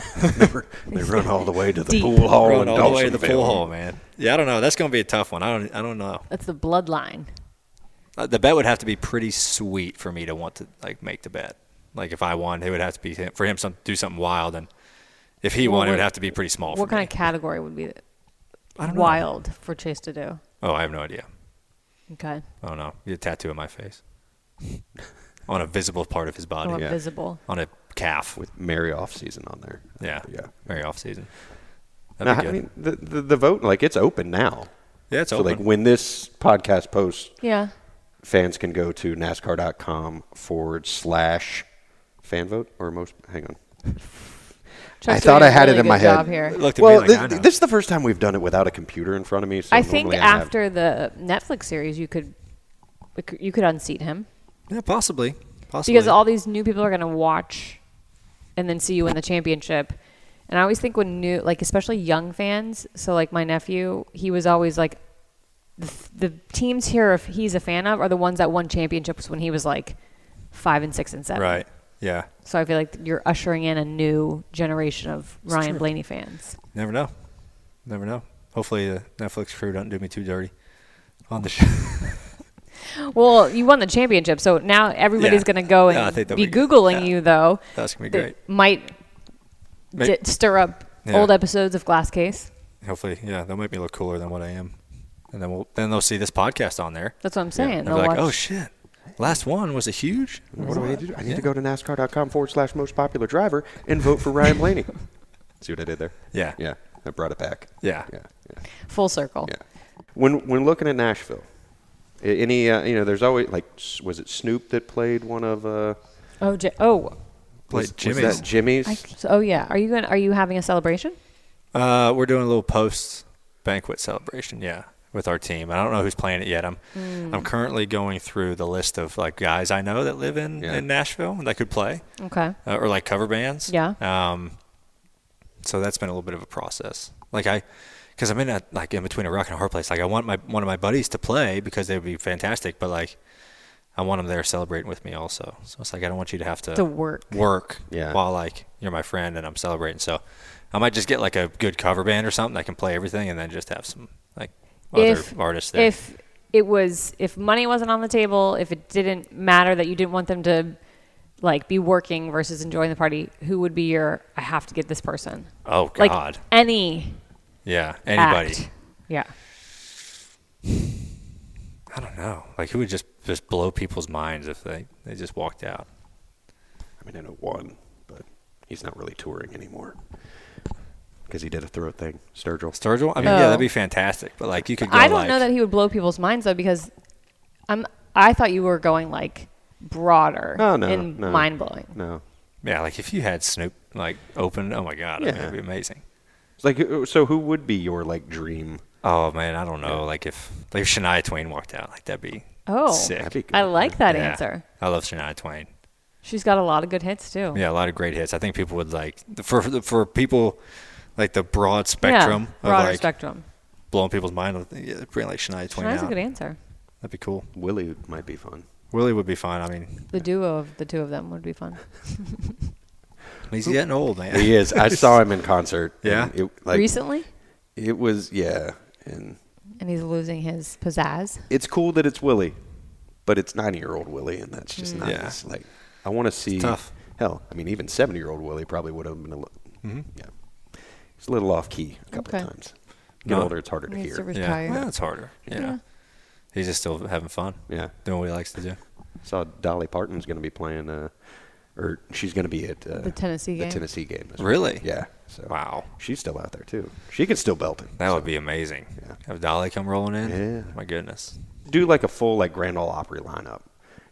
they run all the way to the
Deep.
pool hall
run
in
all the way to the
Dawsonville.
pool hall, man. Yeah, I don't know. That's going to be a tough one. I don't. I don't know.
That's the bloodline.
Uh, the bet would have to be pretty sweet for me to want to like make the bet. Like if I won, it would have to be him, for him some do something wild, and if he
Well,
won, it would
what-
have to be pretty small.
What
for
kind
me.
of category would be
I don't know.
wild for Chase to do?
Oh, I have no idea.
Okay,
I don't know. Get a tattoo on my
(laughs)
face, on a visible part of his body,
or
yeah.
visible.
on a calf.
with Mary off season on there.
yeah,
yeah.
very off season.
No,
That'd be
I
good.
mean the, the the vote like it's open now.
yeah, it's
so
open.
like when this podcast posts
Yeah,
fans can go to NASCAR.com forward slash fan vote or most. Hang on. I
Chuck's
thought
doing
I
a
had
really
it in my
good
head.
job here.
It looked at
well,
me
thi-
like I know.
this is the first time we've done it without a computer in front of me. So
I think
normally have-
after the Netflix series, you could you could unseat him
yeah, possibly, possibly.
because all these new people are going to watch and then see you win the championship. And I always think when new, like especially young fans, so like my nephew, he was always like, the, f- the teams here if he's a fan of are the ones that won championships when he was like five and six and seven.
right, yeah.
So I feel like you're ushering in a new generation of Ryan Blaney fans.
Never know. Never know. Hopefully the Netflix crew doesn't do me too dirty on the show.
Well, you won the championship, so now everybody's
Yeah.
going to go and
No, I think that'll
be
be good.
googling
Yeah.
you though.
That's gonna be
That
great.
Might
May-
d- stir up
Yeah.
old episodes of Glass Case.
Hopefully, yeah, they'll make me look cooler than what I am, and then we'll then they'll see this podcast on there.
That's what I'm saying.
And
They'll
they'll be like,
watch.
oh shit, last one was a huge.
What do I need to do? I need to go to NASCAR.com forward slash most popular driver and vote for Ryan Blaney. (laughs) See what I did there?
Yeah.
Yeah. I brought it back.
Yeah.
Yeah. yeah.
Full circle.
Yeah. When when looking at Nashville, a- any uh, you know, there's always like s- was it Snoop that played one of uh
Oh, J- oh,
Play
was, was
Jimmy's.
that Jimmy's?
I, so- oh yeah. Are you going? to Are you having a celebration?
Uh, we're doing a little post banquet celebration, yeah, with our team. I don't know who's playing it yet. I'm
Hmm.
I'm currently going through the list of like guys I know that live in,
Yeah.
in Nashville that could play
Okay.
uh, or like cover bands.
Yeah.
Um, so that's been a little bit of a process. Like I, because I'm in a like in between a rock and a hard place. Like I want my one of my buddies to play because they would be fantastic, but like I want them there celebrating with me also. So it's like I don't want you to have to
To work.
work
Yeah.
while like you're my friend and I'm celebrating. So I might just get like a good cover band or something that can play everything, and then just have some like other artists there.
If it was, if money wasn't on the table, if it didn't matter that you didn't want them to like be working versus enjoying the party, who would be your? I have to get this person.
oh
Like
God,
any
yeah, anybody.
act. Yeah.
I don't know. Like who would just just blow people's minds if they they just walked out.
I mean I know one, but he's not really touring anymore. Because he did a throat thing, Sturgill.
Sturgill? I mean, yeah,
Oh.
that'd be fantastic. But like, you could. Go,
I don't
like,
know that he would blow people's minds though because I'm. I thought you were going like broader
Oh no,
and
no.
mind blowing.
No.
Yeah, like if you had Snoop like open, oh my god, I mean,
Yeah.
it'd be amazing.
It's like who- so who would be your like dream?
Oh man, I don't know. Like if like if Shania Twain walked out, like that'd be
Oh,
sick.
That'd be good.
I like that
Yeah.
answer.
I love Shania Twain.
She's got a lot of good hits too.
Yeah, a lot of great hits. I think people would like for for- for people like the broad spectrum
yeah, broader
of like
spectrum.
blowing people's mind. with- Yeah, bring like Shania Twain
Shania's a
out.
good answer.
That'd be cool.
Willie might be fun.
Willie would be fine. I mean,
The duo of the two of them would
(laughs)
be fun.
he's getting old, man.
He is.
(laughs)
I saw him in concert.
Yeah?
and It, like
Recently,
it was yeah, and
and he's losing his pizzazz.
it's cool that it's Willie, but it's ninety year old Willie, and that's
Mm.
just not
Yeah.
as, like I want to see.
tough.
Hell, I mean, even seventy year old Willie probably would have been a little.
Mm-hmm.
Yeah, he's a little off key a couple
Okay.
of times. Get
No.
older, it's harder to hear.
Yeah, well, it's harder. Yeah. he's just still having fun.
Yeah.
doing what he likes to do.
saw Dolly Parton's going to be playing, uh, or she's going to be at uh,
The Tennessee
the
game.
Tennessee game. this
Really?
week. Yeah. So
Wow.
she's still out there too. She can still belt it.
That would be amazing.
Yeah.
Have Dolly come rolling in.
Yeah.
My goodness.
do like a full like Grand Ole Opry lineup.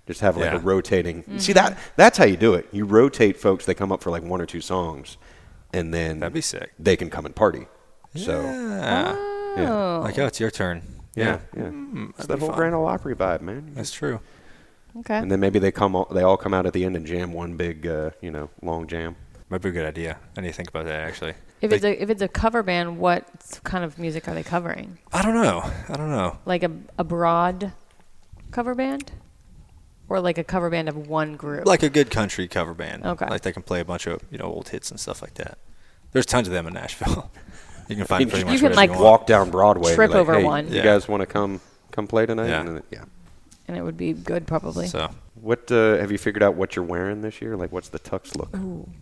Just have like
Yeah.
a rotating.
Mm-hmm.
See that that's how you do it. You rotate folks. They come up for like one or two songs, and then
That'd be sick.
They can come and party. So
Yeah.
yeah,
Like, oh, it's your turn.
yeah, yeah. it's
that'd
that
be
whole
fun.
Grand Ole Opry vibe, man. You
That's
just-
true.
Okay.
And then maybe they come. All, they all come out at the end and jam one big, uh, you know, long jam.
Might be a good idea. I need to think about that actually.
if it's a if it's a cover band, what kind of music are they covering?
I don't know. I don't know.
Like a a broad cover band, or like a cover band of one group?
Like a good country cover band.
Okay.
Like they can play a bunch of you know old hits and stuff like that. There's tons of them in Nashville. (laughs) you can find pretty
you
much
can,
whatever
like,
you want.
Walk down Broadway. and be
Trip
like,
over
"Hey,
one."
You
Yeah.
guys want to come come play tonight?
Yeah.
And then- yeah.
and it would be good probably.
So
What uh, have you figured out? What you're wearing this year? Like, what's the tux look?
Uh-huh.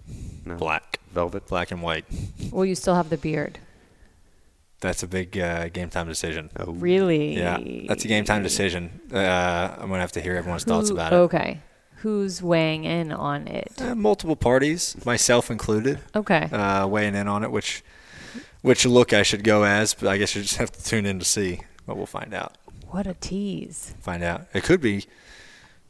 No.
black,
velvet.
black and white.
Will you still have the beard?
That's a big uh, game time decision.
Oh,
Really?
Yeah, that's a game time decision. Uh, I'm gonna have to hear everyone's
Who-
thoughts about it.
Okay. Who's weighing in on it?
Uh, multiple parties, myself included,
Okay.
uh, weighing in on it. Which which look I should go as? But I guess you just have to tune in to see. But we'll find out.
What a tease.
Find out. It could be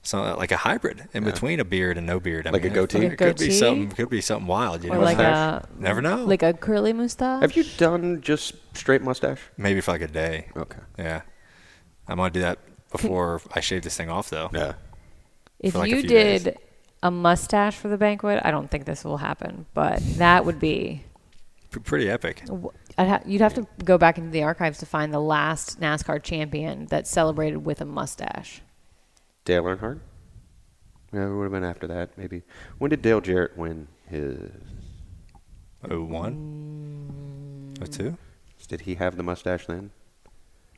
something like a hybrid in between a beard and no beard. I
Like a
mean, it-
goatee?
Like a
It could be
goatee?
something. Could be something wild. You
Or
know,
like
mustache.
a
never know.
like a curly mustache.
Have you done just straight mustache?
Maybe for like a day.
Okay.
Yeah. I might do that before I shave this thing off, though.
Yeah.
if
for like a
you
few
did
days?
a mustache for the banquet, I don't think this will happen, but that would be
P- pretty epic.
I'd ha- you'd have to go back into the archives to find the last NASCAR champion that celebrated with a mustache.
Dale Earnhardt? Yeah, it would have been after that, maybe. When did Dale Jarrett win his?
Oh, one. Oh, two.
Did he have the mustache then?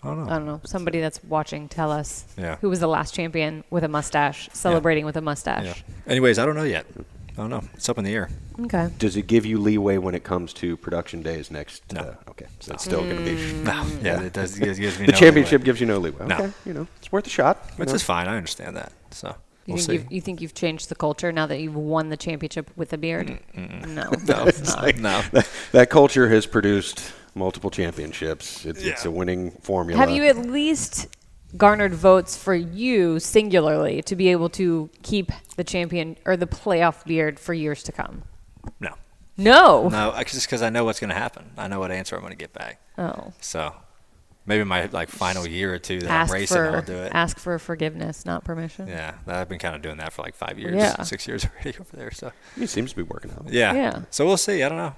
I don't know.
I don't know. Somebody that's watching tell us
Yeah.
who was the last champion with a mustache, celebrating with a
yeah.
mustache.
Anyways, I don't know yet. I don't know. It's up in the air.
Okay.
Does it give you leeway when it comes to production days next?
No.
uh, okay, so it's still going to be.
No. (laughs) Yeah, it does. It gives, gives
(laughs)
me
The
no
championship
leeway.
gives you no leeway.
No.
Okay, you know it's worth a shot. you
Which
know.
is fine. I understand that. So
You
we'll
think
see.
you've, you think you've changed the culture now that you've won the championship with a beard? No,
(laughs) no,
it's
(laughs)
not.
no.
that culture has produced multiple championships. It's, it's
Yeah.
a winning formula.
Have you at least garnered votes for you singularly to be able to keep the champion or the playoff beard for years to come?
no.
No.
No, I, just because I know what's going to happen. I know what answer I'm going to get back.
Oh.
So maybe my like final year or two that
Ask
I'm racing,
for
I'll do it.
ask for forgiveness, not permission.
yeah, I've been kind of doing that for like five years,
Yeah.
six years (laughs) already over there. So
It seems to be working out.
yeah,
Yeah.
So we'll see. I don't know.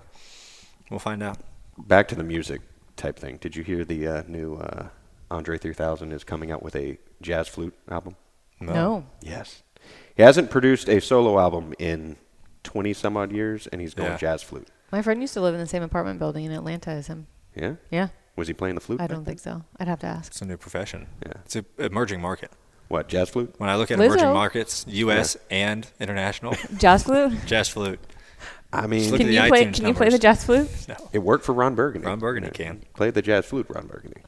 We'll find out.
Back to the music type thing. Did you hear the uh, new uh, Andre 3000 is coming out with a jazz flute album?
No.
Yes. He hasn't produced a solo album in 20 some odd years, and he's going
Yeah.
jazz flute.
My friend used to live in the same apartment building in Atlanta as him.
Yeah?
Yeah.
Was he playing the flute?
I
back
don't think so. I'd have to ask.
It's a new profession.
Yeah.
It's an emerging market.
then? What, jazz flute?
When I look at
Lizzo.
emerging markets, U.S. and
(laughs)
international,
(laughs) Jazz flute?
jazz flute.
I
Look
mean,
at
Can
the
you play
iTunes
can you play the
numbers.
jazz flute?
No.
it worked for Ron Burgundy.
Ron Burgundy can.
Play the jazz flute, Ron Burgundy.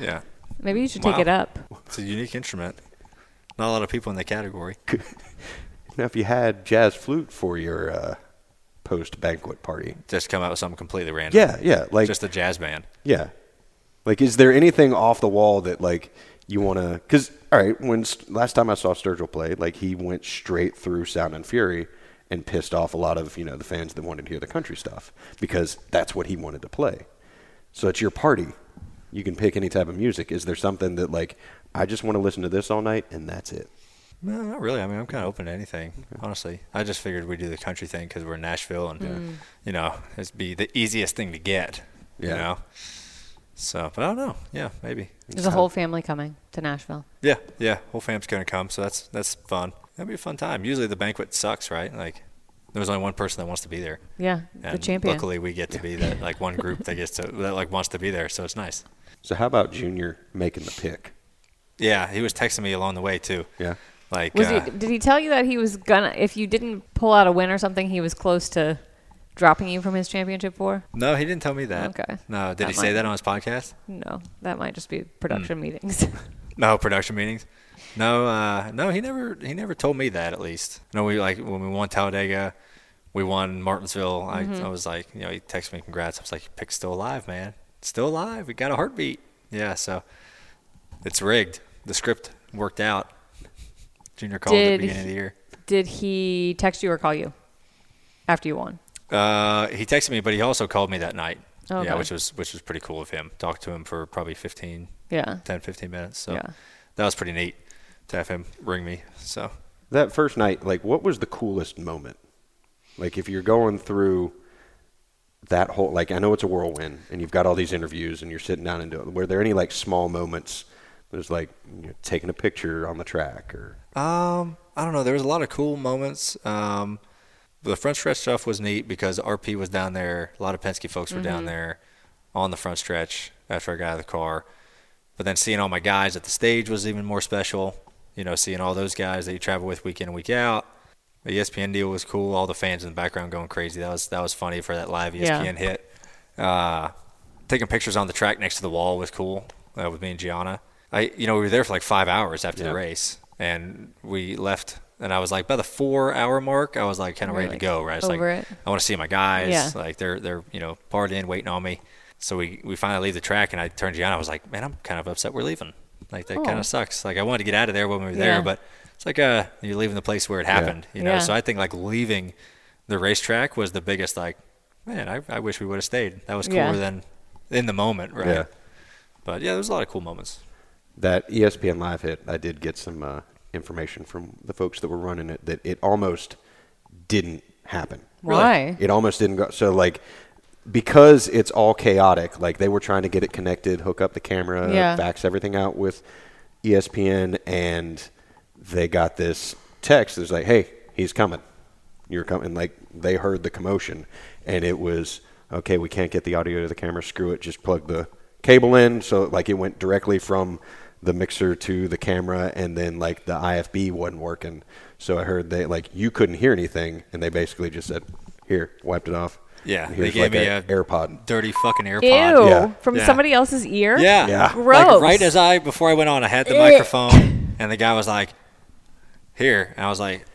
Yeah.
Maybe you should
Wow.
take it up.
It's a unique instrument. Not a lot of people in the category.
Now, if you had jazz flute for your uh, post banquet party.
Just come out with something completely random.
Yeah, yeah. Like,
Just a jazz band.
Yeah. Like, is there anything off the wall that like you want to? Because all right, when S- last time I saw Sturgill play, like he went straight through Sound and Fury and pissed off a lot of you know the fans that wanted to hear the country stuff because that's what he wanted to play. So it's your party. You can pick any type of music. Is there something that like I just want to listen to this all night and that's it?
No, not really. I mean, I'm kind of open to anything, honestly. I just figured we'd do the country thing because we're in Nashville and, you know, it'd be the easiest thing to get, you
Yeah.
know? So, but I don't know. Yeah, maybe.
There's a whole family coming to Nashville.
Yeah, yeah. Whole fam's going to come. So that's, that's fun. That'd be a fun time. Usually the banquet sucks, right? Like, there was only one person that wants to be there.
Yeah. the
And
champion.
luckily we get to be that, like, one group that gets to, that, like, wants to be there. So it's nice.
So how about Junior making the pick?
Yeah, he was texting me along the way, too.
Yeah.
Like,
Was
uh,
he, did he tell you that he was gonna? If you didn't pull out a win or something, he was close to dropping you from his championship for?
no, he didn't tell me that.
Okay.
No, did
That
he
might-
say that on his podcast?
No, that might just be production
Hmm.
meetings. (laughs)
No production meetings. No, uh, no, he never he never told me that at least. No, we like when we won Talladega, we won Martinsville.
Mm-hmm.
I, I was like, you know, he texted me congrats. I was like, your pick's still alive, man. It's still alive. We got a heartbeat. Yeah, so it's rigged. The script worked out. Junior called at the
Did
beginning of
he-
the year.
did he text you or call you after you won?
Uh, he texted me, but he also called me that night.
Oh, Okay.
Yeah, which was which was pretty cool of him. Talked to him for probably 15,
Yeah.
10, 15 minutes. So
Yeah.
that was pretty neat to have him ring me. So
That first night, like, what was the coolest moment? Like, if you're going through that whole, like, I know it's a whirlwind, and you've got all these interviews, and you're sitting down and doing. Were there any like small moments? There's like you know, taking a picture on the track, or
Um, I don't know. There was a lot of cool moments. Um, the front stretch stuff was neat because RP was down there. A lot of Penske folks were down there on the front stretch after I got out of the car. But then seeing all my guys at the stage was even more special. You know, seeing all those guys that you travel with week in and week out. The E ESPN deal was cool. All the fans in the background going crazy. That was that was funny for that live E ESPN
Yeah.
hit. Uh, taking pictures on the track next to the wall was cool uh, with me and Gianna. I, you know, we were there for like five hours after
Yeah.
the race, and we left. And I was like, by the four-hour mark, I was like, kind of ready to
like,
go. Right? It's
over it.
like, I want to see my guys.
Yeah.
Like they're they're you know partying, waiting on me. So we we finally leave the track, and I turned to Gianna. I was like, man, I'm kind of upset we're leaving. Like that
Oh.
kind of sucks. Like I wanted to get out of there when we were there,
Yeah.
but it's like uh, you're leaving the place where it happened. You know,
Yeah.
so I think like leaving the racetrack was the biggest. Like, man, I, I wish we would have stayed. That was cooler
Yeah.
than in the moment, right?
Yeah.
But yeah, there's a lot of cool moments.
That E ESPN Live hit, I did get some uh, information from the folks that were running it that it almost didn't happen.
Why?
It almost didn't go. So like because it's all chaotic, like they were trying to get it connected, hook up the camera,
Yeah.
fax everything out with E ESPN, and they got this text that's like, "Hey, he's coming. You're coming." Like they heard the commotion, and it was okay. We can't get the audio to the camera. Screw it. Just plug the cable in. So like it went directly from the mixer to the camera, and then like the IFB wasn't working. So I heard they like you couldn't hear anything, and they basically just said, "Here, wiped it off."
Yeah,
And
they
here's,
gave
like,
me
a
a
AirPod.
dirty fucking AirPod.
Ew,
Yeah.
from
Yeah.
somebody else's ear.
Yeah.
Yeah.
Gross.
Like right as I before I went on, I had the
(laughs)
microphone, and the guy was like, "Here," and I was like,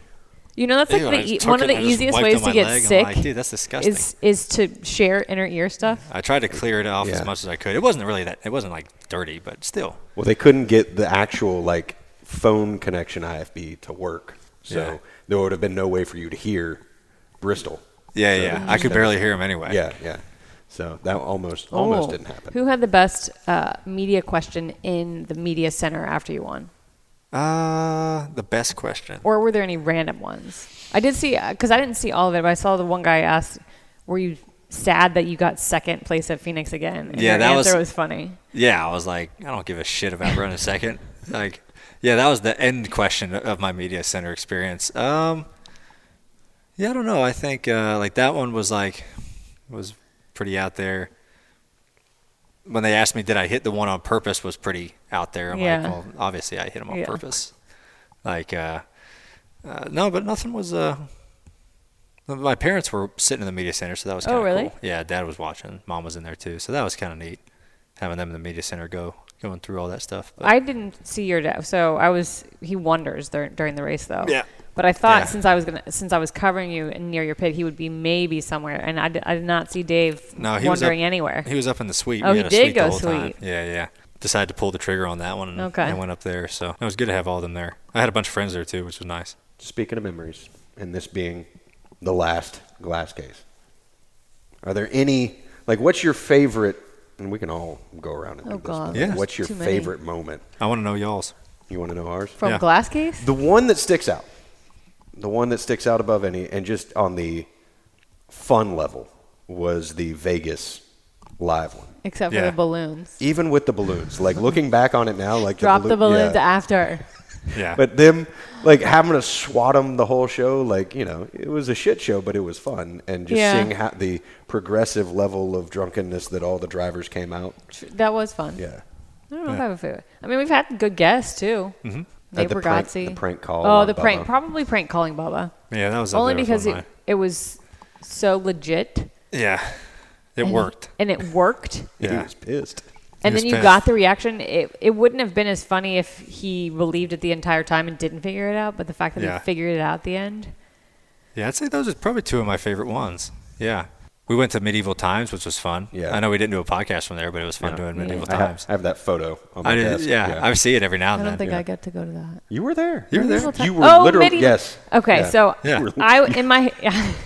You know that's like
"Ew," and I
the
just
e-
took
one of
it and
the
I just
easiest
wiped
ways
on
to
my
get
leg, and I'm
sick.
like, Dude, that's disgusting.
Is is to share inner ear stuff.
I tried to clear it off
Yeah.
as much as I could. It wasn't really that. It wasn't like dirty, but still.
Well, they couldn't get the actual like phone connection IFB to work, so
Yeah.
there would have been no way for you to hear Bristol.
Yeah,
So
yeah.
you
I
just
could
gotta-
barely hear him anyway.
Yeah, yeah. So that almost almost
Oh.
didn't happen.
Who had the best uh, media question in the media center after you won,
Uh, the best question.
or were there any random ones? I did see because I didn't see all of it, but I saw the one guy asked, "Were you sad that you got second place at Phoenix again?" And
Yeah,
their
that was-
answer was, funny.
Yeah, I was like, I don't give a shit about running second. Like, yeah, that was the end question of my media center experience. Um, yeah, I don't know. I think uh, like that one was like was pretty out there. When they asked me, did I hit the one on purpose? Was pretty out there. I'm
Yeah.
like, well, obviously I hit him on
Yeah.
purpose. Like, uh, uh, no, but nothing was. Uh, my parents were sitting in the media center, so that was
Oh,
kind of
really?
cool. Yeah, dad was watching, mom was in there too, so that was kind of neat having them in the media center go going through all that stuff. But
I didn't see your dad, so I was he wonders dur- during the race though.
Yeah.
But I thought
Yeah.
since I was gonna since I was covering you and near your pit, he would be maybe somewhere, and I did, I did not see Dave
no, he was up,
wandering anywhere.
He was up in the suite.
Oh,
We
he
had a
did
suite the
go
whole time.
suite.
Yeah, yeah. Decided to pull the trigger on that one. And,
Okay.
and went up there, so it was good to have all of them there. I had a bunch of friends there too, which was nice.
Speaking of memories, and this being the last glass case, are there any like what's your favorite? And we can all go around and
Oh,
do this. but
God.
Yes.
What's your
Too many.
favorite moment?
I want to know y'all's.
You want to know ours?
From
Yeah.
glass case?
The one that sticks out, the one that sticks out above any, and just on the fun level, was the Vegas live one.
Except
Yeah.
for the balloons.
Even with the balloons, like looking back on it now, like
Drop the
balloon-
balloons
yeah.
after.
Yeah,
But them, like having to swat them the whole show, like you know, it was a shit show, but it was fun, and just
Yeah.
seeing how the progressive level of drunkenness that all the drivers came out.
Tr- That was fun.
Yeah,
I don't know if I have a favorite. I mean, we've had good guests too. Mm-hmm. Nate
At the prank-
Bargatze.
the prank call
Oh,
on
the prank.
Bubba.
Probably prank calling Bubba.
yeah, that was up
Only
there with
because
one
it,
of
it was so legit.
mine. yeah, it
and-
worked.
And it
(laughs)
worked.
he
Yeah,
was pissed.
And
was
then you
pissed.
got the reaction. It, it wouldn't have been as funny if he believed it the entire time and didn't figure it out, but the fact that
Yeah.
he figured it out at the end.
Yeah, I'd say those are probably two of my favorite ones. Yeah. We went to Medieval Times, which was fun.
Yeah.
I know we didn't do a podcast from there, but it was fun doing Medieval
I, ha-
Times.
I have that photo on my
I did,
desk.
yeah, I see it every now
I
and
don't
then.
think I got to go to that.
you were there.
You were there.
(laughs)
You were
oh,
literally
medieval-
yes.
Okay,
Yeah.
so
Yeah.
I in my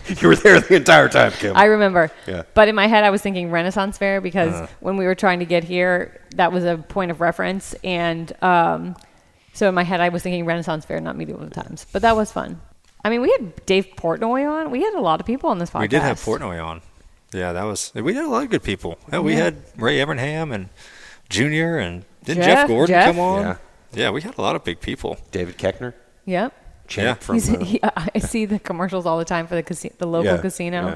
(laughs)
You were there the entire time, Kim.
I remember.
Yeah. Uh-huh.
But in my head, I was thinking Renaissance Fair because when we were trying to get here, that was a point of reference. And um, so in my head, I was thinking Renaissance Fair, not Medieval Times. But that was fun. I mean, we had Dave Portnoy on. We had a lot of people on this podcast.
We did have Portnoy on. Yeah, that was. We had a lot of good people. Yeah, we had Ray Evernham and Junior, and did Jeff,
Jeff-
Gordon
Jeff?
come on?
Yeah.
Yeah. we had a lot of big people.
David Keckner,
Yep.
champ
Yeah.
from
He's, (laughs)
uh,
he, I see the commercials all the time for the casino, the local
Yeah,
casino.
yeah.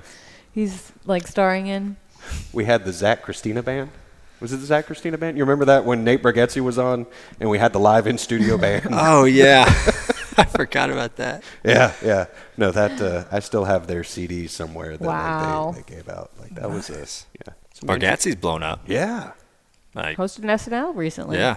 He's like starring in.
we had the Zach Christina band. Was it the Zach Christina band? You remember that when Nate Bargatze was on and we had the live in
(laughs)
studio band?
Ah.
Oh yeah, (laughs) I forgot about that.
yeah, yeah. No, that uh, I still have their CD somewhere that
Wow.
like, they, they gave out. Like that was
Nice.
a yeah. It's amazing.
Bargatze's blown up.
Yeah.
Like,
Hosted an SNL recently.
yeah,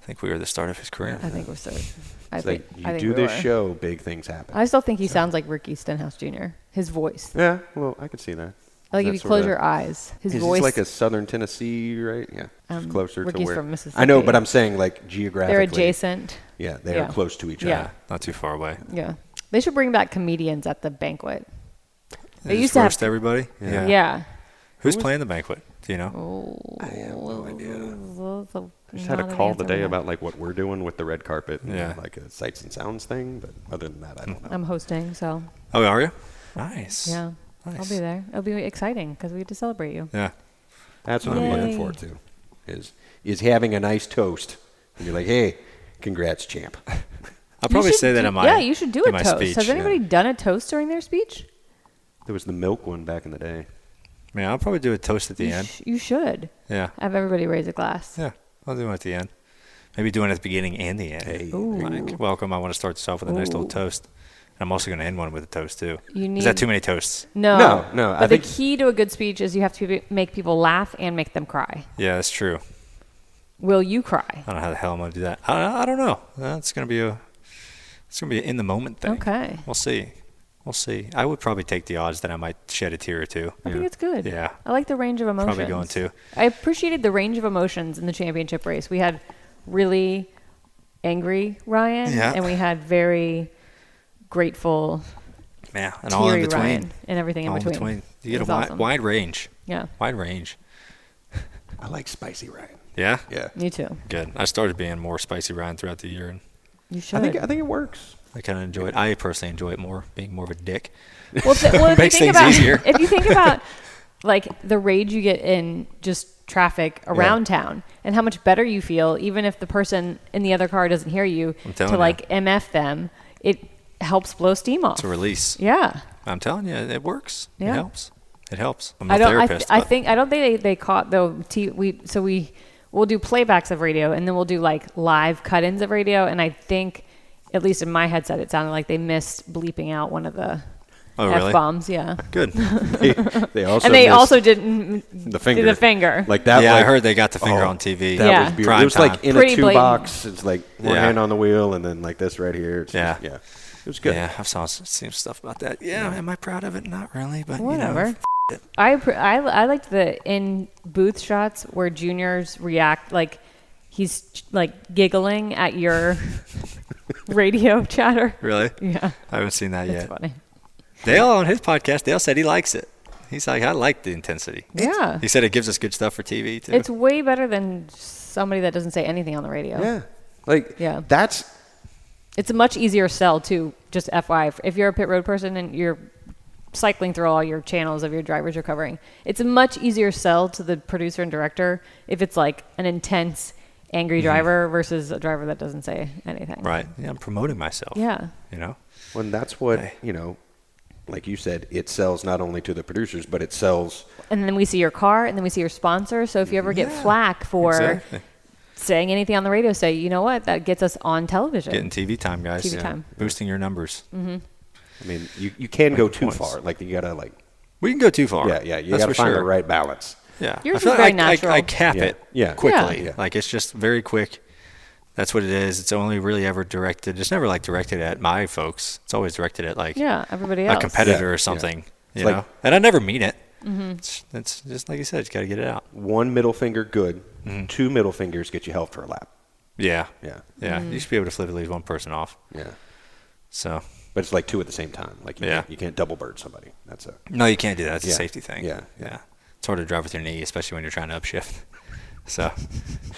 I think we were the start of his career.
I think we're so. I
It's
think,
like you
I think
do
we
this
were.
show, big things happen.
I still think he sounds like Ricky Stenhouse Jr. His voice.
yeah, well, I could see that.
Like if
that
you
sorta-
close your eyes, his
Is
voice.
this like a southern Tennessee, right? Yeah, it's
Um,
closer to
Ricky's
where.
from
I know,
Mississippi.
but I'm saying like geographically.
they're adjacent.
Yeah, they
Yeah.
are close to each
Yeah.
other.
Not too far away.
Yeah, they should bring back comedians at the banquet. They
Just
used to have.
roast everybody.
yeah.
Who's playing the banquet? Do you know?
Oh,
I just had a call today about like what we're doing with the red carpet, and
Yeah.
like a sights and sounds thing. But other than that, I don't know.
I'm hosting, so
Oh, are you? Nice.
yeah, I'll
Nice.
be there. It'll be exciting because we get to celebrate you.
Yeah.
That's what I'm
Yay.
looking forward to. Is is having a nice toast, and you're like, hey, congrats, champ.
I'll probably
You should
say that
do-
in my
yeah. You should do
in
a
my
toast.
Speech.
Has anybody done a toast during their speech?
(laughs) There was the milk one back in the day.
Yeah. I'll probably do a toast at the
You
end.
sh- you should
Yeah.
have everybody raise a glass.
Yeah. I'll do one at the end. Maybe do one at the beginning and the end. Hey, Mike, welcome. I want to start this off with a nice little toast. And I'm also going to end one with a toast too.
You
Is that
need-
too many toasts?
No,
No, no,
But
I
the
think-
key to a good speech is you have to be- make people laugh and make them cry.
Yeah, that's true.
Will you cry?
I don't know how the hell I'm going to do that. I, I don't know. That's going to be a. It's going to be an in the moment thing.
Okay.
We'll see. We'll see. I would probably take the odds that I might shed a tear or two.
I think it's good. Oh,
Yeah.
I like the range of emotions.
Probably going to.
I appreciated the range of emotions in the championship race. We had really angry Ryan,
Yeah.
and we had very grateful,
Yeah. And all in
teary
between.
Ryan, and everything in
all
between.
You
It
get a
was
wide,
awesome.
wide range.
Yeah,
Wide range.
I like spicy Ryan.
Yeah.
Yeah,
you too.
Good. I started being more spicy Ryan throughout the year, and
You should.
I think I think it works.
I kind of enjoy it. I personally enjoy it more, being more of a dick.
Well, if, well,
(laughs)
if
Makes
you
things
think about,
easier.
If
(laughs)
you think about like the rage you get in just traffic around town and how much better you feel, even if the person in the other car doesn't hear you,
I'm
to
telling you.
like MF them, it helps blow steam off.
It's a release.
Yeah.
I'm telling you, it works.
Yeah.
It helps. It helps. I'm a
I don't. I, th-
therapist.
I
but
think I don't think they, they caught though. T, we so we we'll do playbacks of radio and then we'll do like live cut-ins of radio. And I think, at least in my headset, it sounded like they missed bleeping out one of the
Oh, really?
f bombs. Yeah, (laughs)
Good.
They, (laughs) they also
and they
missed
also didn't
the finger.
the finger.
Like that.
yeah, I
like-
heard they got the finger
Oh,
on TV.
That
Yeah.
was beautiful. It was
Prime
like
time.
in
Pretty
a two
blatant.
box. It's like one
Yeah.
hand on the wheel and then like this right here. It's
Yeah.
just- yeah. It was good.
Yeah, I've saw s- seen stuff about that. Yeah, am I proud of it? Not really, but
Whatever.
You know,
I, appr- I I liked the in booth shots where juniors react like he's ch- like giggling
(laughs)
at your radio chatter.
really?
Yeah,
I haven't seen that
that's
yet.
funny.
Dale on his podcast, Dale said he likes it. He's like, I like the intensity.
Yeah.
He said it gives us good stuff for TV too.
It's way better than somebody that doesn't say anything on the radio.
Yeah. Like
Yeah.
that's
It's a much easier sell too. Just FYI, if you're a pit road person and you're cycling through all your channels of your drivers you're covering, it's a much easier sell to the producer and director if it's like an intense, angry driver versus a driver that doesn't say anything.
Mm-hmm. right. Yeah, I'm promoting myself.
Yeah.
You know.
when that's what
Hey.
you know. Like you said, it sells not only to the producers, but it sells.
And then we see your car, and then we see your sponsor. So if you ever get flack for
exactly.
saying anything on the radio, say, you know what, that gets us on television.
Getting TV time, guys.
TV time. Mm-hmm.
Boosting your numbers.
I mean, you, you can go too
points.
far. Like you gotta like
We can go too far.
yeah yeah you
That's
gotta
for
find
sure.
the right balance.
Yeah.
Yours
I feel like
is very
I- I-
natural.
I, cap
Yeah.
it
Yeah.
quickly.
Yeah.
Like it's just very quick. That's what it is. It's only really ever directed. It's never like directed at my folks. It's always directed at like
yeah, everybody
a
else.
competitor
Yeah.
or something. You
like-
know. And I never mean it.
Mm-hmm.
It's, it's just like you said. You got to get it out.
One middle finger good,
Mm-hmm.
two middle fingers get you help for a lap.
Yeah.
Yeah.
Yeah.
Mm-hmm.
You should be able to flip at least one person off.
Yeah,
So
but it's like two at the same time. Like you,
Yeah.
can't, you can't double bird somebody. That's a
no, you can't do that. It's a
Yeah.
safety thing.
Yeah.
Yeah. It's hard to drive with your knee, especially when you're trying to upshift. (laughs) So,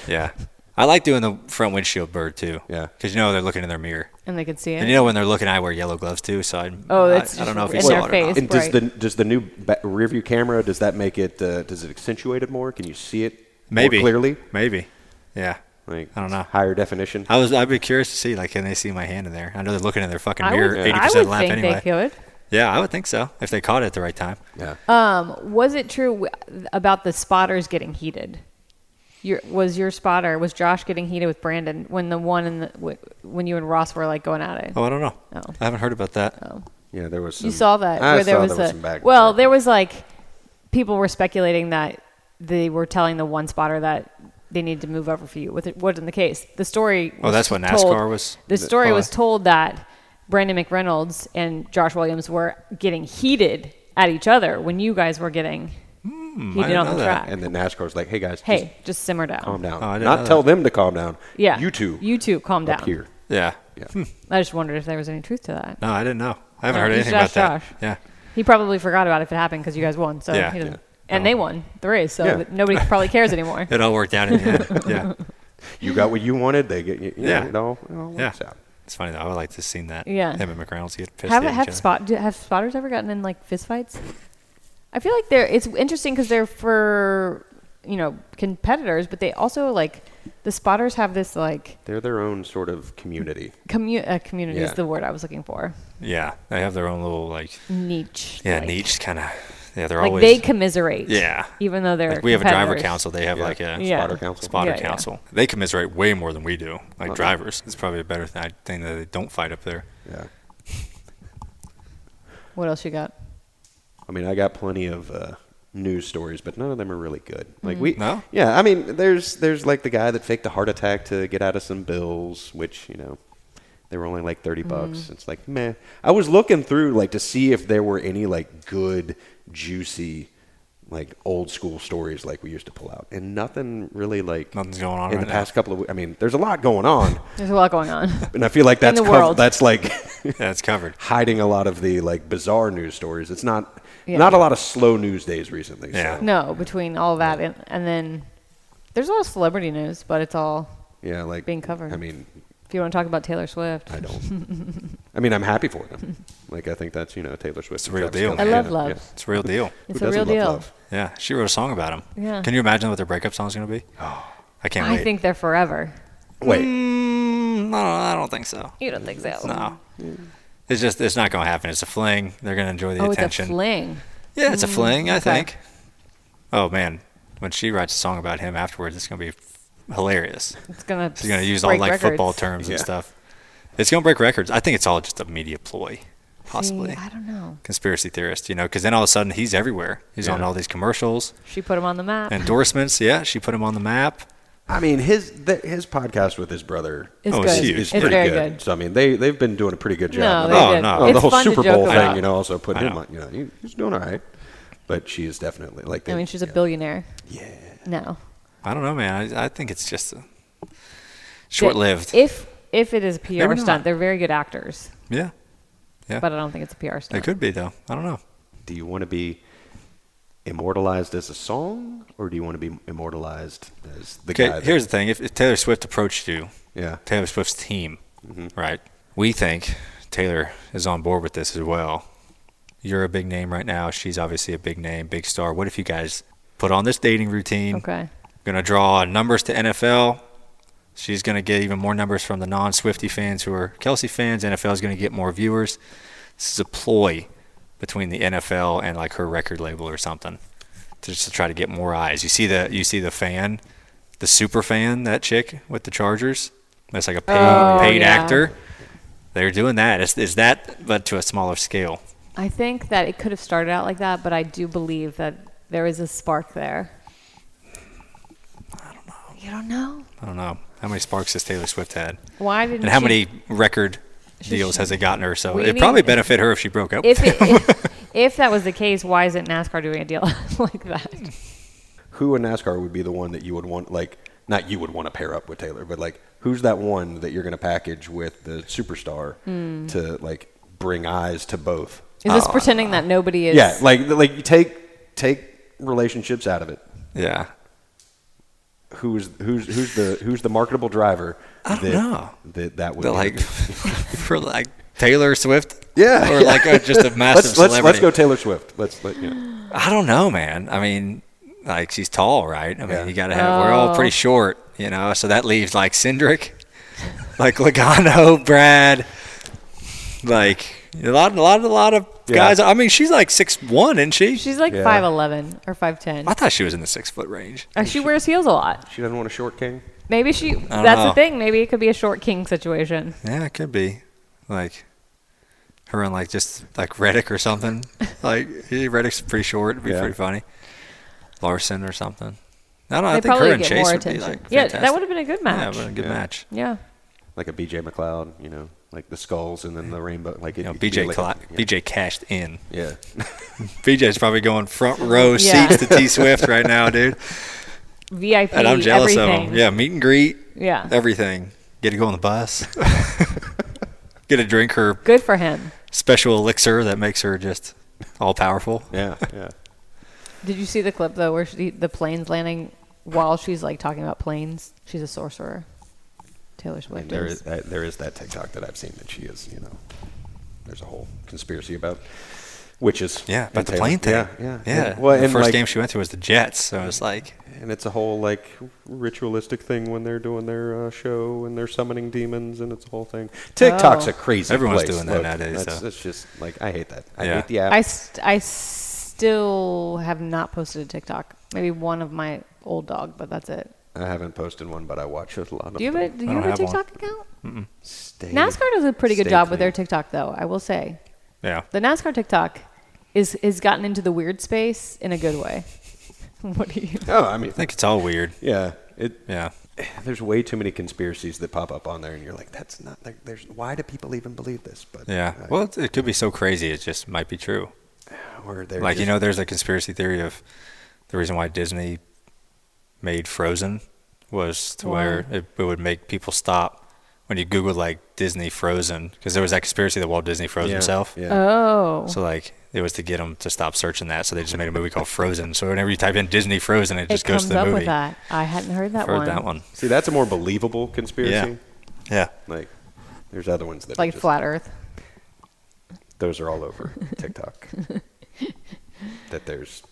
yeah. I like doing the front windshield bird too.
Yeah.
Because you know they're looking in their mirror.
and they can see it.
And you know when they're looking, I wear yellow gloves too. So I,
Oh,
I,
that's
I don't know if
just
you
in
saw
their
it or
face.
not.
And does
Right.
the does the new ba- rear view camera does that make it uh, does it accentuate it more? Can you see it
Maybe
more clearly?
Maybe. Yeah.
Like
I don't know.
higher definition.
I was. I'd be curious to see. Like, can they see my hand in there? I know they're looking in their fucking
I
mirror
would,
eighty
I
percent
would
lap
think
anyway.
they could.
Yeah, I would think so. If they caught it at the right time.
yeah,
Um, was it true w- about the spotters getting heated? Your, was your spotter was Josh getting heated with Brandon when the one in the w- when you and Ross were like going at it?
Oh, I don't know.
Oh.
I haven't heard about that.
yeah. There was. Some,
you saw that
I
where there
saw
was,
there
a
some back
well, there was like people were speculating that they were telling the one spotter that they needed to move over for you, which it wasn't the case. The story.
Oh,
was
that's what
told-
NASCAR was-
The story
oh,
was
I-
told that Brandon McReynolds and Josh Williams were getting heated at each other when you guys were getting
Hmm, I
heated
didn't
on the
know that.
track.
And then NASCAR's like, hey guys,
hey,
just
just, simmer down.
calm down.
Oh, I didn't know
Not tell
that.
them to calm down.
Yeah.
You two.
You two, calm down.
up here.
Yeah.
Yeah.
(laughs)
I just wondered if there was any truth to that.
No, I didn't know. I haven't
No,
heard
Oh, he's
anything
Josh
about that.
Josh.
Yeah.
He probably forgot about it if it happened because you guys won. So
Yeah.
he doesn't.
Yeah.
And they won the race, so
Yeah.
that nobody
(laughs)
probably cares anymore.
It all worked out in the
(laughs)
end. Yeah.
You got what you wanted. They get you. you
Yeah.
Know, it all, it all works
Yeah.
out.
It's funny though. I would like to have seen that.
Yeah.
Him and McReynolds get pissed
Have
at each
have
other.
spot do, have spotters ever gotten in like fistfights? I feel like they're it's interesting because they're for you know competitors, but they also like the spotters have this like
They're their own sort of community.
commu- uh, community is
Yeah.
the word I was looking for
Yeah. They have their own little like
niche.
yeah
like,
niche kind of. Yeah. They're
Like
always
they commiserate.
Yeah.
even though they're
like we have a driver
competitors.
council. They have like a
Yeah.
Spotter council.
spotter
Yeah, yeah.
council. They commiserate way more than we do. Like drivers, it's probably a better th- I think that they don't fight up there.
Yeah.
What else you got?
I mean, I got plenty of uh, news stories, but none of them are really good. Like
Mm-hmm.
we,
No?
yeah. I mean, there's there's like the guy that faked a heart attack to get out of some bills, which you know, they were only like thirty
Mm-hmm.
bucks. It's like meh. I was looking through like to see if there were any like good, juicy, like old school stories like we used to pull out, and nothing really like
Nothing's going on
in
right
the
now.
past couple of. we- I mean, there's a lot going on,
There's a lot
(laughs)
going on. (laughs)
and I feel like that's
the
cov-
world.
that's like.
Yeah, it's covered.
hiding a lot of the like bizarre news stories. It's not
Yeah.
not a lot of slow news days recently.
Yeah.
So,
no, between all that and, and then there's a lot of celebrity news, but it's all
yeah, like
Being covered.
I mean,
if you want to talk about Taylor Swift.
I don't.
(laughs)
I mean, I'm happy for them. Like I think that's you know Taylor Swift.
It's a
and
real
Travis
deal,
Kelce,
man. I
love
you know,
love.
yeah.
It's a real deal.
It's
Who
a real
doesn't
deal.
love love?
Yeah, she wrote a song about him.
Yeah.
Can you imagine what their breakup song's gonna be? (gasps) I can't
I
wait.
think they're forever.
Wait,
Mm, no, I don't think so.
You don't think so?
No. It's just it's not gonna happen. It's a fling. They're gonna enjoy the
Oh, it's
attention.
a fling. Mm-hmm.
Yeah, it's a fling. I think. Oh man, when she writes a song about him afterwards, it's gonna be f- hilarious.
It's gonna.
She's gonna use all
break
like
records.
football terms and
Yeah.
stuff. It's gonna break records. I think it's all just a media ploy, possibly.
See, I don't know.
Conspiracy theorist, you know, because then all of a sudden he's everywhere. He's on all these commercials,
She put him on the map.
endorsements. Yeah, she put him on the map.
I mean his th his podcast with his brother
it's
oh,
good.
it's
is,
huge.
is
It's
pretty
very
good.
good.
So I mean they they've been doing a pretty good
No,
job.
they
Oh,
did.
no.
Oh,
It's
the whole
fun
Super
to joke
Bowl
about.
thing, you know, also put
I
him
know.
on. You know, he- he's doing all right, but she is definitely like.
I
they-
mean, she's a
yeah.
billionaire.
Yeah.
No.
I don't know, man. I, I think it's just a short-lived.
If if it is a PR
Maybe not.
stunt, they're very good actors,
yeah,
but I don't think it's a PR
it
stunt.
could be though. I don't know.
Do you want to be immortalized as a song, or do you want to be immortalized as the
Okay,
guy? that-
here's the thing: if, if Taylor Swift approached you,
Yeah.
Taylor Swift's team, right? We think Taylor is on board with this as well. You're a big name right now. She's obviously a big name, big star. What if you guys put on this dating routine?
Okay.
Gonna draw numbers to NFL. She's gonna get even more numbers from the non-Swifty fans who are Kelsey fans. NFL is gonna get more viewers. This is a ploy between the NFL and like her record label or something, to just to try to get more eyes. You see the you see the fan, the super fan, that chick with the Chargers. That's like a paid paid
yeah.
actor. They're doing that. Is is that but to a smaller scale?
I think that it could have started out like that, but I do believe that there is a spark there. I don't know. You don't know?
I don't know how many sparks has Taylor Swift had,
Why didn't
and how
she-
many record
She-
deals has it gotten her? So
We
it probably
need-
benefit her if she broke up.
If, it,
(laughs)
if if that was the case, why isn't NASCAR doing a deal (laughs) like that?
Who in NASCAR would be the one that you would want, like, not you would want to pair up with Taylor, but like, who's that one that you're going to package with the superstar to like bring eyes to both?
Hmm.
Ah.
Is
Oh,
this pretending that nobody is?
Yeah, like like you take take relationships out of it.
yeah,
Who's who's who's the who's the marketable driver? I
don't know.
That that would
but
be-
like (laughs) for like Taylor Swift,
(laughs) yeah,
or like a, just a massive
(laughs) let's let's,
celebrity.
let's go Taylor Swift. Let's let you know.
I don't know, man. I mean, like she's tall, right? I mean,
Yeah.
you got to have. We're all
Oh.
pretty short, you know. So that leaves like Cindric, (laughs) like Logano, Brad, like a lot, a lot, a lot of
Yeah.
guys. I mean, she's like six one, isn't she?
She's like
Yeah.
five eleven or five ten.
I thought she was in the six foot range.
She wears heels a lot.
She doesn't want a short king.
Maybe she. That's
know.
the thing. Maybe it could be a short king situation.
Yeah, it could be, like her and like just like Reddick or
(laughs)
something. like yeah, Reddick's pretty short. It'd be
Yeah.
pretty funny. Larson or something. I don't know.
They
I think
probably
her
would
and
get
Chase
more
would be
attention.
like
yeah, that
fantastic.
would have been a good
Yeah,
match.
but a good match.
Yeah.
like a BJ McLeod, you know, like the skulls and then the rainbow. Like it,
You know,
it could be
BJ
like-
cla-
yeah.
BJ cashed in.
Yeah. (laughs)
BJ's probably going front row
Yeah.
seats to T Swift right now,
(laughs)
dude.
VIP.
And I'm jealous
everything.
of him. Yeah, meet and greet,
Yeah.
everything. Get to go on the
(laughs)
bus. Get to drink her
Good for him.
special elixir that makes her just all powerful.
yeah,
(laughs)
yeah.
Did you see the clip though, where she, the plane's landing while she's like talking about planes? She's a sorcerer. Taylor Swift.
And there
is.
is uh, there is that TikTok that I've seen that she is, you know, there's a whole conspiracy about witches.
Yeah,
and
about the
Taylor-
plane thing.
Yeah, yeah,
yeah.
Well,
the
and
first
like,
game she went to was the Jets, so it's like,
and it's a whole like ritualistic thing when they're doing their uh, show and they're summoning demons and it's a whole
Oh.
thing. TikTok's a crazy.
Everyone's
place,
doing that
look.
nowadays,
That's,
though.
that's just like I hate that. I
Yeah.
hate the app.
I, st- I still have not posted a TikTok. Maybe one of my old dog, but that's it.
I haven't posted one, but I watch a lot of.
Do you have a, do you
I don't
have a
have one.
TikTok account?
Stay,
NASCAR does a pretty good
stay
job with
clean.
their TikTok, though. I will say
yeah.
the NASCAR TikTok is is gotten into the weird space in a good way. (laughs) what do you?
Oh, I mean,
I think it's all weird.
yeah. It
Yeah.
there's way too many conspiracies that pop up on there, and you're like, that's not. There, there's why do people even believe this? But
Yeah.
uh,
Well, it, it could be so crazy, it just might be true.
or they're
like you
just-
know there's a conspiracy theory of the reason why disney made frozen was to where it, it would make people stop when you googled like disney frozen because there was that conspiracy that walt disney froze
Yeah,
himself
Yeah.
Oh,
so like it was to get them to stop searching that so they just made a movie called frozen so whenever you type in disney frozen it
it
just goes
comes
to the
up
movie
with that. I hadn't heard that
Heard
one.
that one
See, that's a more believable conspiracy.
yeah yeah
Like, there's other ones that are
Like
just-
flat Earth.
Those are all
(laughs)
over TikTok. that there's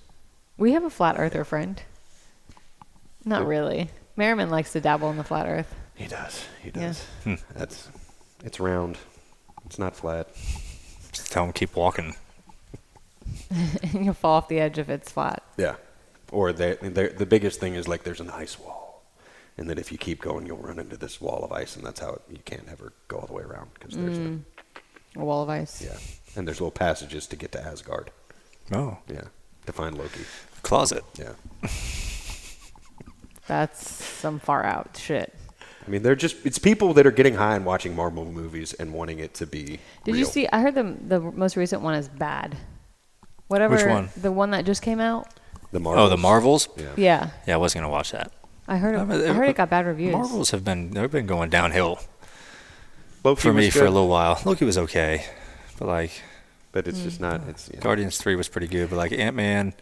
We have a flat earther friend. Not really. Merriman likes to dabble in the flat Earth. (laughs)
he does he
Yeah.
does that's it's round, it's not flat.
just tell them keep walking
You'll fall off the edge if it's flat.
Yeah. Or they they the biggest thing is like there's an ice wall, and that if you keep going, you'll run into this wall of ice, and that's how it, you can't ever go all the way around because there's
Mm. A wall of ice.
a, yeah, and there's little passages to get to Asgard.
oh
Yeah, to find Loki.
closet
Yeah.
That's some far out shit.
I mean, they're just, it's people that are getting high and watching Marvel movies and wanting it to be.
Did you
real.
see? I heard the the most recent one is bad. Whatever.
one?
The one that just came out.
the Marvel?
oh the marvels
Yeah.
Yeah,
yeah i wasn't gonna watch that
I heard. It,
I
I,
mean,
heard
it-
it got bad reviews.
marvels have been they've been going downhill
Loki
for
was
me for a
good,
little while. Loki was okay, but like
But it's
Mm.
just not, it's, you know,
Guardians Three was pretty good. But like Ant Man,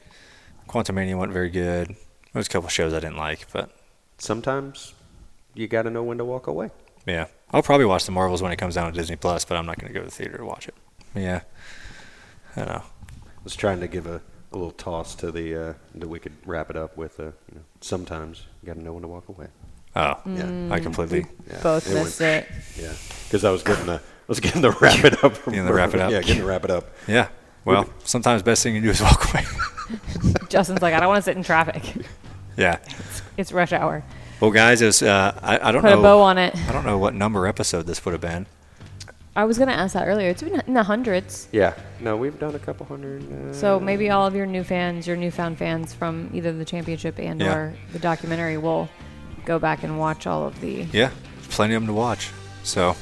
Quantumania wasn't very good. There was a couple shows I didn't like, but
sometimes you got to know when to walk away.
yeah, I'll probably watch the Marvels when it comes down on Disney Plus. But I'm not going to go to the theater to watch it. Yeah, I don't know.
I was trying to give a, a little toss to the, uh, that we could wrap it up with, uh, you know, sometimes you got to know when to walk away.
Oh,
Mm.
I completely.
Yeah.
Both
it
missed
went-
it.
Yeah. Because I was getting the, I was getting (laughs) the wrap it up. From
Getting the wrap it up.
Yeah, getting the wrap it up.
Yeah. Well, sometimes best thing you do is walk away. (laughs)
Justin's like, I don't want to sit in traffic.
yeah.
It's rush hour.
Well, guys, it was. Uh, I, I don't
Put
know.
a bow on it.
I don't know what number episode this would have been.
I was gonna ask that earlier. It's been in the hundreds.
Yeah. No, we've done a couple hundred. Uh,
So maybe all of your new fans, your newfound fans from either the championship and
Yeah.
or the documentary, will go back and watch all of the.
Yeah, plenty of them to watch. So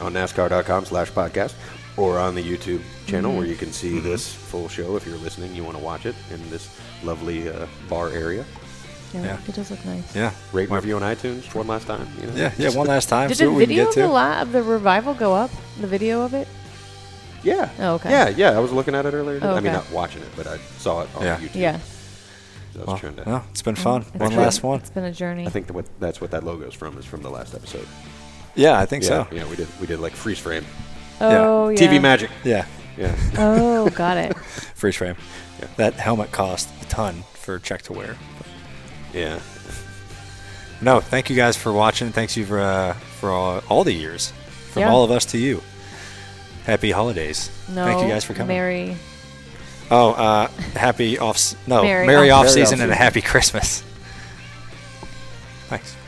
on NASCAR.com slash podcast or on the YouTube channel where you can see this full show if you're listening, you want to watch it in this lovely uh, bar area.
Yeah,
Yeah.
it does look nice.
yeah,
Rate review on iTunes one last time. You know?
Yeah, yeah. One last time.
Did
see
the
what we can
video
get
of
to.
the, la- of the revival go up? The video of it?
Yeah.
Oh, okay.
Yeah, yeah. I was looking at it earlier.
Oh,
I mean,
okay.
not watching it, but I saw it on
Yeah.
YouTube.
Yeah.
So I was
Well,
trying to.
no, it's been fun.
It's
One
been-
last one.
It's been a journey.
I think that what, that's what that logo's from is from the last episode.
Yeah, I think
yeah,
so.
yeah, we did we did like freeze frame,
oh yeah.
TV magic.
Yeah,
Yeah, (laughs)
Oh, got it.
freeze frame. That helmet cost a ton for Check to wear.
yeah.
No, thank you guys for watching. Thanks you for uh, for all, all the years, from
Yeah.
all of us to you. Happy holidays. (laughs)
No.
thank you guys for coming.
Merry.
Oh, uh, happy off. No,
Merry
merry
off-
Merry
off season and a
off-season.
happy Christmas. Thanks.